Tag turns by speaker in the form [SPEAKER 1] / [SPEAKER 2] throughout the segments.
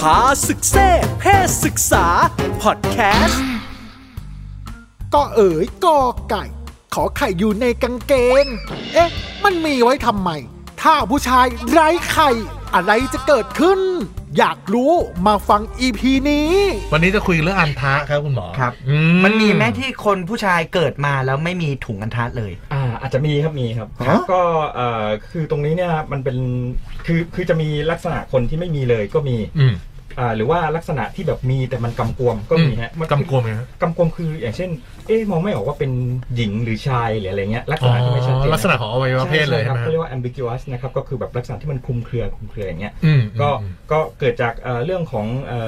[SPEAKER 1] พาศึกเซ่เพศศึกษา พอดแคสต์
[SPEAKER 2] ก็เอ๋ยกอไก่ ขอไข่อยู่ในกางเกง เอ๊ะ มันมีไว้ทำไม ถ้าผู้ชายไร้ไข่ อะไรจะเกิดขึ้น อยากรู้มาฟังอีพีนี้
[SPEAKER 3] วันนี้จะคุยเรื่องอันทะครับคุณหมอ
[SPEAKER 4] ครับ
[SPEAKER 3] อื
[SPEAKER 4] มันมีแม้ที่คนผู้ชายเกิดมาแล้วไม่มีถุงอันทะเลย
[SPEAKER 5] อ่าอาจจะมีครับมีครับครับก็เอ่อคือตรงนี้เนี่ยมันเป็นคือคือจะมีลักษณะคนที่ไม่มีเลยก็มี
[SPEAKER 3] อืม
[SPEAKER 5] อ่าหรือว่าลักษณะที่แบบมีแต่มันกำกวมก็มีฮะน
[SPEAKER 3] กำกวมไงฮะ
[SPEAKER 5] กำกวมคืออย่างเช่น เอ๊ะมองไม่ออกว่าเป็นหญิงหรือชายหรืออะไรเงี้ยลักษณะที่ไม่ชัดเจน
[SPEAKER 3] ลักษณะของอวัยวะเพศเลยใช่
[SPEAKER 5] ใช่ครับ
[SPEAKER 3] ไหมฮะ
[SPEAKER 5] เขาเรียกว่า ambiguous นะครับก็คือแบบลักษณะที่มันคลุมเครือคลุมเครืออย่างเงี้ย
[SPEAKER 3] อืม
[SPEAKER 5] ก็
[SPEAKER 3] อืม
[SPEAKER 5] ก็เกิดจากเอ่อเรื่องของเอ่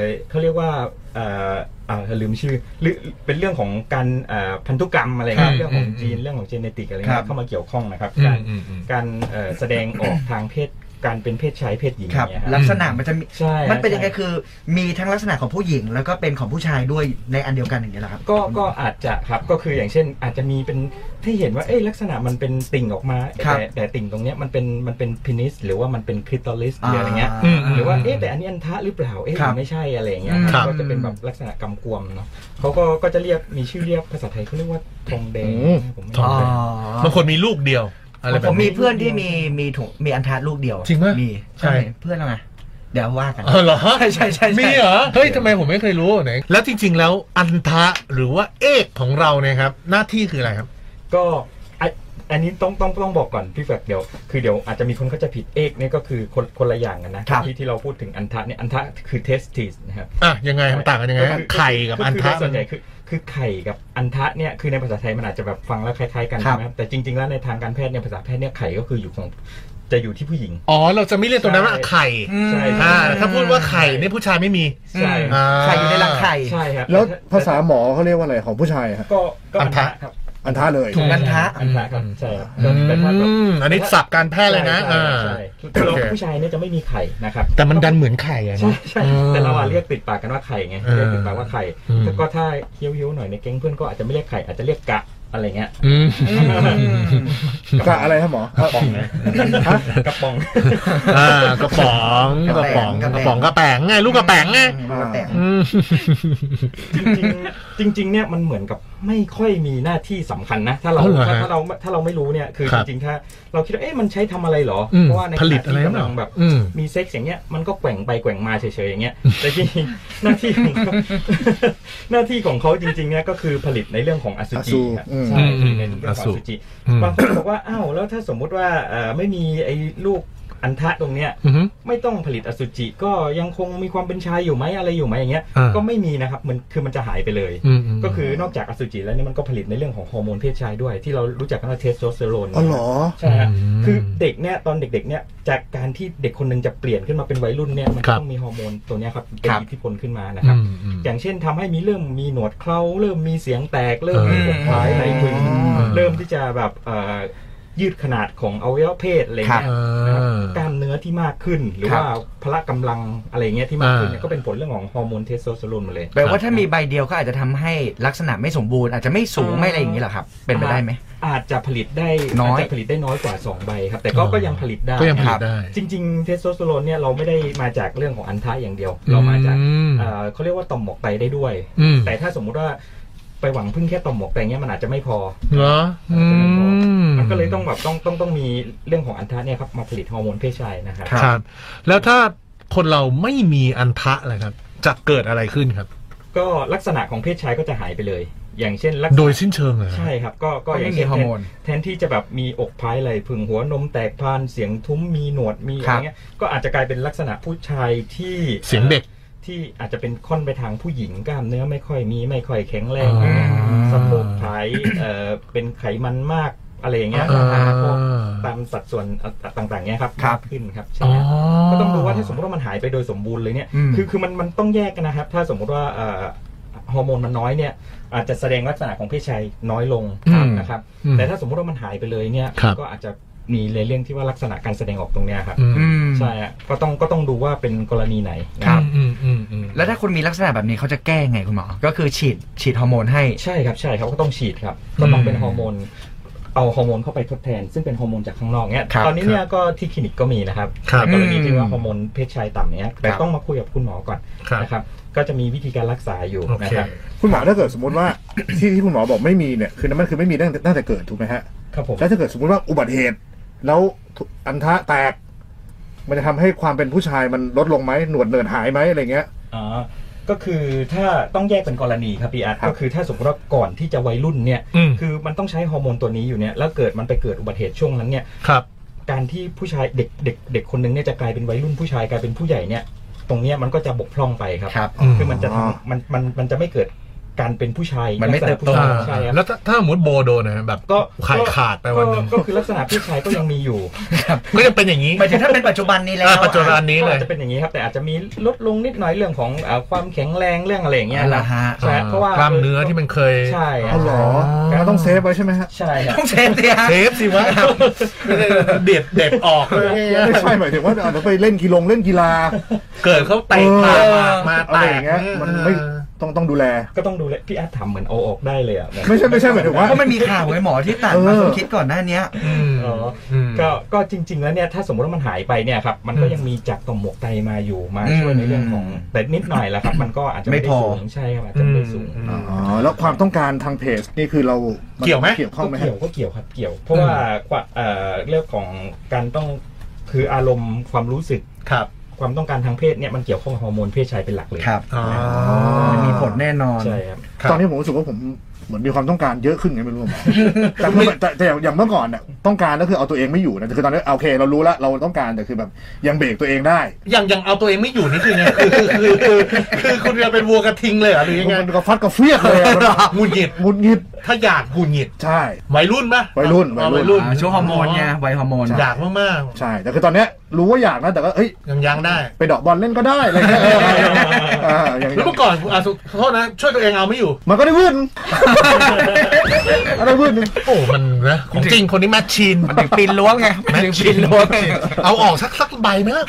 [SPEAKER 5] อเขาเรียกว่าเอ่ออ่าลืมชื่อหรือเป็นเรื่องของการเอ่อพันธุกรรมอะไรค
[SPEAKER 3] อื
[SPEAKER 5] รับ
[SPEAKER 3] ม
[SPEAKER 5] เรื่องของ
[SPEAKER 3] อืม
[SPEAKER 5] จีนเรื่องของ g e เนติกอะไรเงี้
[SPEAKER 4] ครั
[SPEAKER 5] ย
[SPEAKER 4] บ
[SPEAKER 5] เข้ามาเกี่ยวข้องนะครับ
[SPEAKER 3] อืม
[SPEAKER 5] การ
[SPEAKER 3] อืมอืม
[SPEAKER 5] การเอ่อแสดงออกทางเพศการเป็นเพศชายเพศหญิง
[SPEAKER 4] ครับ
[SPEAKER 5] เนี่ยฮะ
[SPEAKER 4] ลักษณะมันจะมี
[SPEAKER 5] ใช่
[SPEAKER 4] มันเป็นยังไงคือ มีทั้งลักษณะของผู้หญิง แล้วก็เป็นของผู้ชายด้วยในอันเดียวกันอย่างนี้ยเหรอครับ
[SPEAKER 5] ก็ก็อาจจะครับก็คืออย่างเช่น อาจจะมีเป็นที่เห็นว่าเอ้ยลักษณะมันเป็นติ่งออกมา
[SPEAKER 4] ครับ
[SPEAKER 5] แต่แต่ติ่งตรงเนี้ยมันเป็นมันเป็นพินิสหรือว่ามันเป็นคลิตอริสหรืออะไรเงี้ย
[SPEAKER 3] อืมม
[SPEAKER 5] หรือว่าเอ๊ะแต่อันนี้อันทะหรือเปล่าเอ๊ะ
[SPEAKER 4] ครับ
[SPEAKER 5] หรือไม่ใช่อะไรอย่างเงี้ย
[SPEAKER 4] อืม
[SPEAKER 5] ครับ
[SPEAKER 3] ครับ
[SPEAKER 5] ก็จะเป็นแบบลักษณะกำกวมเนาะเขาก็ก็จะเรียกมีชื่อเรียกภาษาไทยเขาเรียกว่าทองแดงผมไม่
[SPEAKER 3] ทองแดง
[SPEAKER 4] อ๋อ
[SPEAKER 3] บางคนมีลูกเดียว อะไรแบ
[SPEAKER 4] ผ
[SPEAKER 3] บ
[SPEAKER 4] มมี
[SPEAKER 3] นี้
[SPEAKER 4] เพื่อนที่มีมีถุงมีอันทะลูกเดียว
[SPEAKER 3] จริงปะ
[SPEAKER 4] มี
[SPEAKER 3] ใช่
[SPEAKER 4] ใช่เพื่อนเราไงเดี๋ยวว่ากัน
[SPEAKER 3] เออเหรอ
[SPEAKER 4] ใช่ใช่ใช่ใช่
[SPEAKER 3] มีเหรอเฮ้ยทำไมผมไม่เคยรู้ไหนแล้วจริง ๆ แล้วอันทะหรือว่าเอกของเราเนี่ยครับ หน้าที่คืออะไรครับ
[SPEAKER 5] ก็อ่ะอันนี้ต้องต้องต้องบอกก่อนพี่แฟกเดี๋ยวคือเดี๋ยวอาจจะมีคนเข้าใจผิดเอกเนี่ยก็คือคนคนละอย่างกันนะครับ ที่ที่เราพูดถึงอันทะเนี่ยอันทะคือเทสติสนะครับ
[SPEAKER 3] อ่ะยังไงมันต่างกันยังไงฮะ
[SPEAKER 5] คือ
[SPEAKER 3] ไข่กับอันทะ
[SPEAKER 5] คืโดยส่วนใหญ่คือคือไข่กับอันทะเนี่ยคือในภาษาไทยมันอาจจะแบบฟังแล้วคล้ายๆกัน
[SPEAKER 4] ครั
[SPEAKER 5] ใช่
[SPEAKER 4] บ
[SPEAKER 5] ไหมครับแต่จริงๆแล้วในทางการแพทย์เนี่ยภาษาแพทย์เนี่ยไข่ก็คืออยู่ของจะอยู่ที่ผู้หญิง
[SPEAKER 3] อ๋อ เราจะไม่เรียกตรงนั้นว่า
[SPEAKER 5] ใช่
[SPEAKER 3] ไข่
[SPEAKER 5] ใช่
[SPEAKER 3] อ่า
[SPEAKER 5] ใช่
[SPEAKER 3] ถ้าพูดว่าไข่เนี่ยผู้ชายไม่มี
[SPEAKER 5] ใช่
[SPEAKER 3] อ่า
[SPEAKER 4] ใครอยู่ในรังไข่
[SPEAKER 5] ใช่ครับ
[SPEAKER 6] แล้วภาษาหมอเขาเรียกว่าอะไรของผู้ชายฮะ
[SPEAKER 5] ก็ก็
[SPEAKER 3] อันทะ
[SPEAKER 5] ครับ
[SPEAKER 6] อันท้าเลย
[SPEAKER 4] ถุงอันทะ
[SPEAKER 5] อันทะครับใช่ครับ
[SPEAKER 3] อื
[SPEAKER 5] แต่ถ้าแบบ
[SPEAKER 3] มอันนี้ศัพท์การแพทย์เลยนะ
[SPEAKER 5] ใช่
[SPEAKER 3] อ่า
[SPEAKER 5] ใช่คือเรา
[SPEAKER 3] โอเค
[SPEAKER 5] ผู้ชายเนี่ยจะไม่มีไข่นะครับ
[SPEAKER 3] แต่มันดันเหมือนไข่อะ
[SPEAKER 5] ใช่
[SPEAKER 3] นะ
[SPEAKER 5] ใช่แต่เราอะเรียกติดปากกันว่าไข่ไง
[SPEAKER 3] เออ
[SPEAKER 5] เรียกติดปากว่าไข่
[SPEAKER 3] อืม
[SPEAKER 5] แต่ก็ถ้าเคี้ยวๆหน่อยในแก๊งเพื่อนก็อาจจะไม่เรียกไข่อาจจะเรียกกะอะไรเงี้ย
[SPEAKER 3] อืม
[SPEAKER 6] กะอะไรครับหมอฮะ
[SPEAKER 5] กระป๋อง
[SPEAKER 3] อ่ากระป๋องก
[SPEAKER 4] ก
[SPEAKER 3] ระ
[SPEAKER 4] ระป๋
[SPEAKER 3] ป๋อ
[SPEAKER 4] อง ง
[SPEAKER 3] กระป๋องกระแป๋งไงลูกกระแป๋งไง
[SPEAKER 4] ลูกกระแตง
[SPEAKER 3] อืม
[SPEAKER 5] จริงๆจ ริง ๆ เนี่ยมันเหมือนกับไม่ค่อยมีหน้าที่สำคัญนะ ถ้าเรา
[SPEAKER 3] อ๋อเหรอฮะ
[SPEAKER 5] ถ้าถ้าเราถ้าเราไม่รู้เนี่ยคือ
[SPEAKER 3] ครับ
[SPEAKER 5] จริงๆถ้าเราคิดว่าเอ๊ะมันใช้ทำอะไรเหรออ
[SPEAKER 3] ม
[SPEAKER 5] เพราะว่าใน
[SPEAKER 3] ผลิตอะไร
[SPEAKER 5] ขณที่
[SPEAKER 3] หรือเป
[SPEAKER 5] กำลั
[SPEAKER 3] ล่าง
[SPEAKER 5] แบบ
[SPEAKER 3] อืม
[SPEAKER 5] มีเซ็กซ์อย่างเงี้ยมันก็แกว่งไปแกว่งมาเฉยๆอย่างเงี้ยแต่ที่ หน้าที่ของเขาหน้าที่ของเขาจริงๆเนี่ยก็คือผลิตในเรื่องของอสุจิครับ
[SPEAKER 6] อืม
[SPEAKER 5] ใช่ผลิตในเรื่องของอสุจิ
[SPEAKER 3] อืม
[SPEAKER 5] บางคนบอกว่าอ้าวแล้วถ้าสมมุติว่าเอ่อไม่มีไอ้ลูกอันทะตรงเนี้ย
[SPEAKER 3] อือฮึ
[SPEAKER 5] ไม่ต้องผลิตอสุจิก็ยังคงมีความเป็นชายอยู่ไหมอะไรอยู่ไหมอย่างเงี้ย
[SPEAKER 3] อ่า
[SPEAKER 5] ก็ไม่มีนะครับมันคือมันจะหายไปเลย
[SPEAKER 3] อืมอืม
[SPEAKER 5] ก็คือนอกจากอสุจิแล้วเนี่ยมันก็ผลิตในเรื่องของฮอร์โมนเพศชายด้วย ที่เรารู้จักกันว่าเทสโทสเตอโรน
[SPEAKER 6] อ๋อเหรอ
[SPEAKER 5] ใช่ฮะคือเด็กเนี่ยตอนเด็กๆเนี่ยจากการที่เด็กคนหนึงจะเปลี่ยนขึ้นมาเป็นวัยรุ่นเนี่ยมัน
[SPEAKER 3] ครับ
[SPEAKER 5] ต้องมีฮอร์โมนตัวเนี้ยครับเป็น
[SPEAKER 4] ครับ
[SPEAKER 5] อิทธิพลขึ้นมานะครับ
[SPEAKER 3] อืมอืม
[SPEAKER 5] อย่างเช่นทำให้มีเริ่มมีหนวดเคราเริ่มมีเสียงแตกเริ่ม
[SPEAKER 3] เออ
[SPEAKER 5] มีผมคล้ายไหลพึง
[SPEAKER 3] อื
[SPEAKER 5] เริ่มที่จะแบบเอ่อยืดขนาดของอวัยวะเพศอะไร
[SPEAKER 4] ครับ
[SPEAKER 5] เงี้ย
[SPEAKER 3] เออ
[SPEAKER 5] กล้ามเนื้อที่มากขึ้น หรือ
[SPEAKER 4] ครับ
[SPEAKER 5] ว่าพละกำลังอะไรเงี้ยที่มากขึ้นเนี่ย
[SPEAKER 3] อ่า
[SPEAKER 5] ก็เป็นผลเรื่องของฮอร์โมนเทสโทสเตอโรนหมาเลย
[SPEAKER 4] แปลว่าถ้ามีใบเดียวก็อาจจะทำให้ลักษณะไม่สมบูรณ์อาจจะไม่สูงไม่อะไรอย่างนี้เหรอครับ เป็นไปได้ไหม
[SPEAKER 5] อาจจะผลิตได้
[SPEAKER 4] น้อย
[SPEAKER 5] าจจะผลิตได้น้อยกว่า 2 ใบครับ แต่ก็
[SPEAKER 3] อ่า
[SPEAKER 5] ก็ยังผลิตได้
[SPEAKER 3] ก็ยังผลิต
[SPEAKER 5] ครับ
[SPEAKER 3] ได้
[SPEAKER 5] จริงๆเทสโทสเตอโรนเนี่ยเราไม่ได้มาจากเรื่องของอันทะอย่างเดียว เรามาจาก
[SPEAKER 3] อืม
[SPEAKER 5] เอ่อเขาเรียกว่าต่อมหมวกไตได้ด้วย
[SPEAKER 3] อืม
[SPEAKER 5] แต่ถ้าสมมุติว่าไปหวังพึ่งแค่ต่อมหมวกไตเงี้ยมันอาจจะไม่พอ
[SPEAKER 3] เหรออืม
[SPEAKER 5] มันก็เลยต้องแบบต้องต้องต้องมีเรื่องของอันทะเนี่ยครับมาผลิตฮอร์โมนเพศชายนะครับ
[SPEAKER 4] ครับ
[SPEAKER 3] ครับ แล้วถ้าคนเราไม่มีอันทะเลยครับ จะเกิดอะไรขึ้นครับ
[SPEAKER 5] ก็ลักษณะของเพศชายก็จะหายไปเลย อย่างเช่นลักษณะ
[SPEAKER 3] โดยสิ้นเชิงเลยเหรอ
[SPEAKER 5] ใช่ครับ ก็ก็
[SPEAKER 4] ก็
[SPEAKER 5] อ
[SPEAKER 4] ไม่
[SPEAKER 5] ย่าง
[SPEAKER 4] มี
[SPEAKER 5] เช่น
[SPEAKER 4] ฮอร์โมน
[SPEAKER 5] แทแทนที่จะแบบมีอกพายไหลพึงหัวนมแตกพานเสียงทุ้มมีหนวดมีอะ
[SPEAKER 4] ครั
[SPEAKER 5] ไร
[SPEAKER 4] บ
[SPEAKER 5] เงี้ยก็อาจจะกลายเป็นลักษณะผู้ชายที่
[SPEAKER 3] เสียงเด็ก
[SPEAKER 5] ที่อาจจะเป็นค่อนไปทางผู้หญิงกล้ามเนื้อไม่ค่อยมีไม่ค่อยแข็งแรง
[SPEAKER 3] อ่า
[SPEAKER 5] สะโพกผายเอ่อเป็นไขมันมากอะไรอย่างเงี้ย
[SPEAKER 3] อ่า
[SPEAKER 5] นะครับพวกตามสัดส่วนต่างๆเงี้ยครับมากขึ้นครับใช่
[SPEAKER 3] อ๋อ
[SPEAKER 5] ครับ ก็ต้องดูว่าถ้าสมมติว่ามันหายไปโดยสมบูรณ์เลยเนี่ย
[SPEAKER 4] อืม
[SPEAKER 5] คือคือมันมันต้องแยกกันนะครับ ถ้าสมมุติว่าเอ่อฮอร์โมนมันน้อยเนี่ย อาจจะแสดงลักษณะของเพศชายน้อยลง
[SPEAKER 3] อืม
[SPEAKER 5] นะครับ
[SPEAKER 3] อืม
[SPEAKER 5] แต่ถ้าสมมติว่ามันหายไปเลยเนี่ย
[SPEAKER 3] ครับ
[SPEAKER 5] ก็อาจจะมีในเรื่องที่ว่าลักษณะการแสดงออกตรงเนี้ยครับ
[SPEAKER 3] อืม
[SPEAKER 4] อืม
[SPEAKER 5] ใช่ฮะก็ต้องก็ต้องดูว่าเป็นกรณีไหนนะ
[SPEAKER 4] ครับ
[SPEAKER 3] อืมอืมอืม
[SPEAKER 4] แล้วถ้าคนมีลักษณะแบบนี้เขาจะแก้ไงคุณหมอ ก็คือฉีดฉีดฮอร์โมนให้
[SPEAKER 5] ใช่ครับใช่ครับก็ต้องฉีดครับ ก็ต้องเป็นฮอร์โมน เอาฮอร์โมนเข้าไปทดแทน ซึ่งเป็นฮอร์โมนจากข้างนอกเนี่ย
[SPEAKER 3] ครับ
[SPEAKER 5] ตอนนี้เนี่ยก็ที่คลินิกก็มีนะครับ
[SPEAKER 3] ครับ
[SPEAKER 5] ในกรณีที่
[SPEAKER 4] อืม
[SPEAKER 5] ว่าฮอร์โมนเพศชายต่ำเนี่ยแต่
[SPEAKER 3] ครับ
[SPEAKER 5] ต้องมาคุยกับคุณหมอก่อน
[SPEAKER 3] ครับ
[SPEAKER 5] นะครับก็จะมีวิธีการรักษาอยู่
[SPEAKER 3] โอ
[SPEAKER 5] นะ
[SPEAKER 3] เค
[SPEAKER 5] ครับ
[SPEAKER 6] คุณหมอถ้าเกิดสมมติว่า ที่ที่คุณหมอบอกไม่มีเนี่ยคือน้ำมันคือไม่มีตั้งแต่ตั้งแต่เกิดถูกไหมฮะ
[SPEAKER 5] ครับผม
[SPEAKER 6] แล้วถ้าเกิดสมมติว่าอุบัติเหตุ แล้วอันทะแตก มันจะทำให้ความเป็นผู้ชายมันลดลงไหมหนวดเนินหายไหมอะไรเงี้ย
[SPEAKER 5] อ๋อก็คือถ้าต้องแยกเป็นกรณีครับพี่อาร์ต
[SPEAKER 6] ครับ
[SPEAKER 5] ก็คือถ้าสมมติว่าก่อนที่จะวัยรุ่นเนี่ย
[SPEAKER 3] อืม
[SPEAKER 5] คือมันต้องใช้ฮอร์โมนตัวนี้อยู่เนี่ย แล้วเกิดมันไปเกิดอุบัติเหตุช่วงนั้นเนี่ย
[SPEAKER 3] ครับ
[SPEAKER 5] การที่ผู้ชายเด็กเด็กเด็กคนนึงเนี่ยจะกลายเป็นวัยรุ่นผู้ชายกลายเป็นผู้ใหญ่เนี่ย ตรงเนี้ยมันก็จะบกพร่องไปครับ
[SPEAKER 4] ครับ
[SPEAKER 5] คือมันจะทำมันมันมันจะไม่เกิดการเป็นผู้ชาย
[SPEAKER 4] มันไม่เติบโต
[SPEAKER 5] ลักษณะ
[SPEAKER 3] อ่า
[SPEAKER 5] ผู้ชายใช่ครับ
[SPEAKER 3] แล้วถ้าถ้าสมมติโบโดนนะแบบ
[SPEAKER 5] ก็
[SPEAKER 3] ขาดขาดไปวันหนึ่ง
[SPEAKER 5] ก็ก็คือลักษณะพี่ชายก็ยังมีอยู่
[SPEAKER 3] ก็จะเป็นอย่างนี้
[SPEAKER 4] หมายถึงถ้าเป็นปัจจุบันนี้แล้ว
[SPEAKER 3] อ่าปัจจุบันนี้
[SPEAKER 5] ก็
[SPEAKER 3] เลย
[SPEAKER 5] อาจจะเป็นอย่างนี้ครับ แต่อาจจะมีลดลงนิดหน่อยเรื่องของอาความแข็งแรงเรื่องอะไรอย่างเงี้ย
[SPEAKER 4] นั่นแหละ
[SPEAKER 5] ครับ
[SPEAKER 4] ฮะ
[SPEAKER 5] ใช่เพราะว่าก
[SPEAKER 3] ล้ามเนื้อที่มันเคย
[SPEAKER 5] ใช่ครั
[SPEAKER 6] อ๋อบ เหรอเราต้องเซฟไว้ใช่ไหมฮะ
[SPEAKER 5] ใช่ครับ
[SPEAKER 4] ต้องเซฟสิฮะ
[SPEAKER 3] เทปสิวะเด็ดเด็ดออกเลย
[SPEAKER 6] ไม่ใช่หมายถึงว่าเราไปเล่นกีฬงเล่นกีฬา
[SPEAKER 3] เกิดเขาเตะมา
[SPEAKER 4] เออ
[SPEAKER 3] มา
[SPEAKER 6] อะไร
[SPEAKER 3] แต
[SPEAKER 6] อก ย่างเงี้ยมันไม่ต้องต้องดูแล
[SPEAKER 5] ก็ต้องดูแลพี่อาร์ตทำเหมือนเอาออกได้เลยอ่ะ
[SPEAKER 6] ไม่ใช่ไม่ใช่หมายถึงว่า
[SPEAKER 4] เพราะมันมีข่าวไว้หมอที่ตัดมาสมคิดก่อนหน้าเนี้ย
[SPEAKER 3] อืม
[SPEAKER 5] อ๋ออ
[SPEAKER 3] ม
[SPEAKER 5] ก็ก็จริง ๆ แล้วเนี่ยถ้าสมมติว่ามันหายไปเนี่ยครับมันก็ยังมีจากต่อมหมวกไตมาอยู่มาช่วยในเรื่องของ
[SPEAKER 4] อืม
[SPEAKER 5] แต่นิดหน่อยแหละครับ มันก็อาจจะ
[SPEAKER 4] ไม่
[SPEAKER 5] ไม่ได้
[SPEAKER 4] พอ
[SPEAKER 5] สูงใช่ครับอาจจะไม่ได้สูง
[SPEAKER 3] อืม
[SPEAKER 6] อ๋อแล้วความต้องการทางเพจนี่คือเราน
[SPEAKER 3] เกี่ยวไหม
[SPEAKER 6] เกี่ยวข้
[SPEAKER 5] ก็
[SPEAKER 6] องไหม
[SPEAKER 5] เกี่ยวก็เกี่ยวครับเกี่ยว เพราะว่าความเอ่อเรื่องของการต้องคืออารมณ์ความรู้สึก
[SPEAKER 3] ครับ
[SPEAKER 5] ความต้องการทางเพศเนี่ยมันเกี่ยวข้องกับฮอร์โมนเพศชายเป็นหลักเลย
[SPEAKER 4] ครับ
[SPEAKER 3] อ๋อ
[SPEAKER 4] มันมีผลแน่นอน
[SPEAKER 5] ใช่ครับ
[SPEAKER 3] ครับ
[SPEAKER 6] ตอนนี้ผมรู้สึกว่าผมเหมือนมีความต้องการเยอะขึ้นไงไม่รู้ผม แต่เมื่อแต่แต่อย่างอย่างเมื่อก่อนเนี่ยต้องการก็คือเอาตัวเองไม่อยู่นะแต่คือตอนนี้โอเค เรารู้ละเราต้องการแต่คือแบบยังเบรกตัวเองได้
[SPEAKER 3] อย่างอย่างเอาตัวเองไม่อยู่นี่คือไงคือคือคือคือคุณจะเป็นวัวกระทิงเลยเหรอหรือยังไง
[SPEAKER 6] มันก็ฟัดก็เฟียดเลยอะมัน
[SPEAKER 3] หงุดหงิด
[SPEAKER 6] หงุดหงิด
[SPEAKER 3] ถ้าอยากหงุดหงิด
[SPEAKER 6] ใช่
[SPEAKER 3] วัยรุ่นปะ
[SPEAKER 6] วัยรุ่น
[SPEAKER 3] อ๋อ
[SPEAKER 6] วั
[SPEAKER 3] วัย
[SPEAKER 6] ยรุ่
[SPEAKER 3] รุ่น
[SPEAKER 6] น
[SPEAKER 4] ช่วงฮอร์โมนไงวัยฮอร์โมน
[SPEAKER 3] อยากมาก
[SPEAKER 6] ใช่ แต่คือตอนเนี้ยรู้ว่าอยากนะแต่ก็เอ้ย
[SPEAKER 3] ๆยังยังได้
[SPEAKER 6] ไปเดอกบอลเล่นก็ได้อะไรเงี้ยเอ ออ่าอย่าง
[SPEAKER 3] แล้วเมื่อก่อนอ่ะสุขอโทษนะช่วยตัวเองเอาไม่อยู่
[SPEAKER 6] มันก็ได้วื่น อะไรวื่นหนึ่ง
[SPEAKER 3] โอ้ มันนะของจริงคนนี้แมชชีน
[SPEAKER 4] มันถึงปีนล้วงไงมันถึงปีนล้วง
[SPEAKER 3] เอาออกสักสักใบไหมล่ะ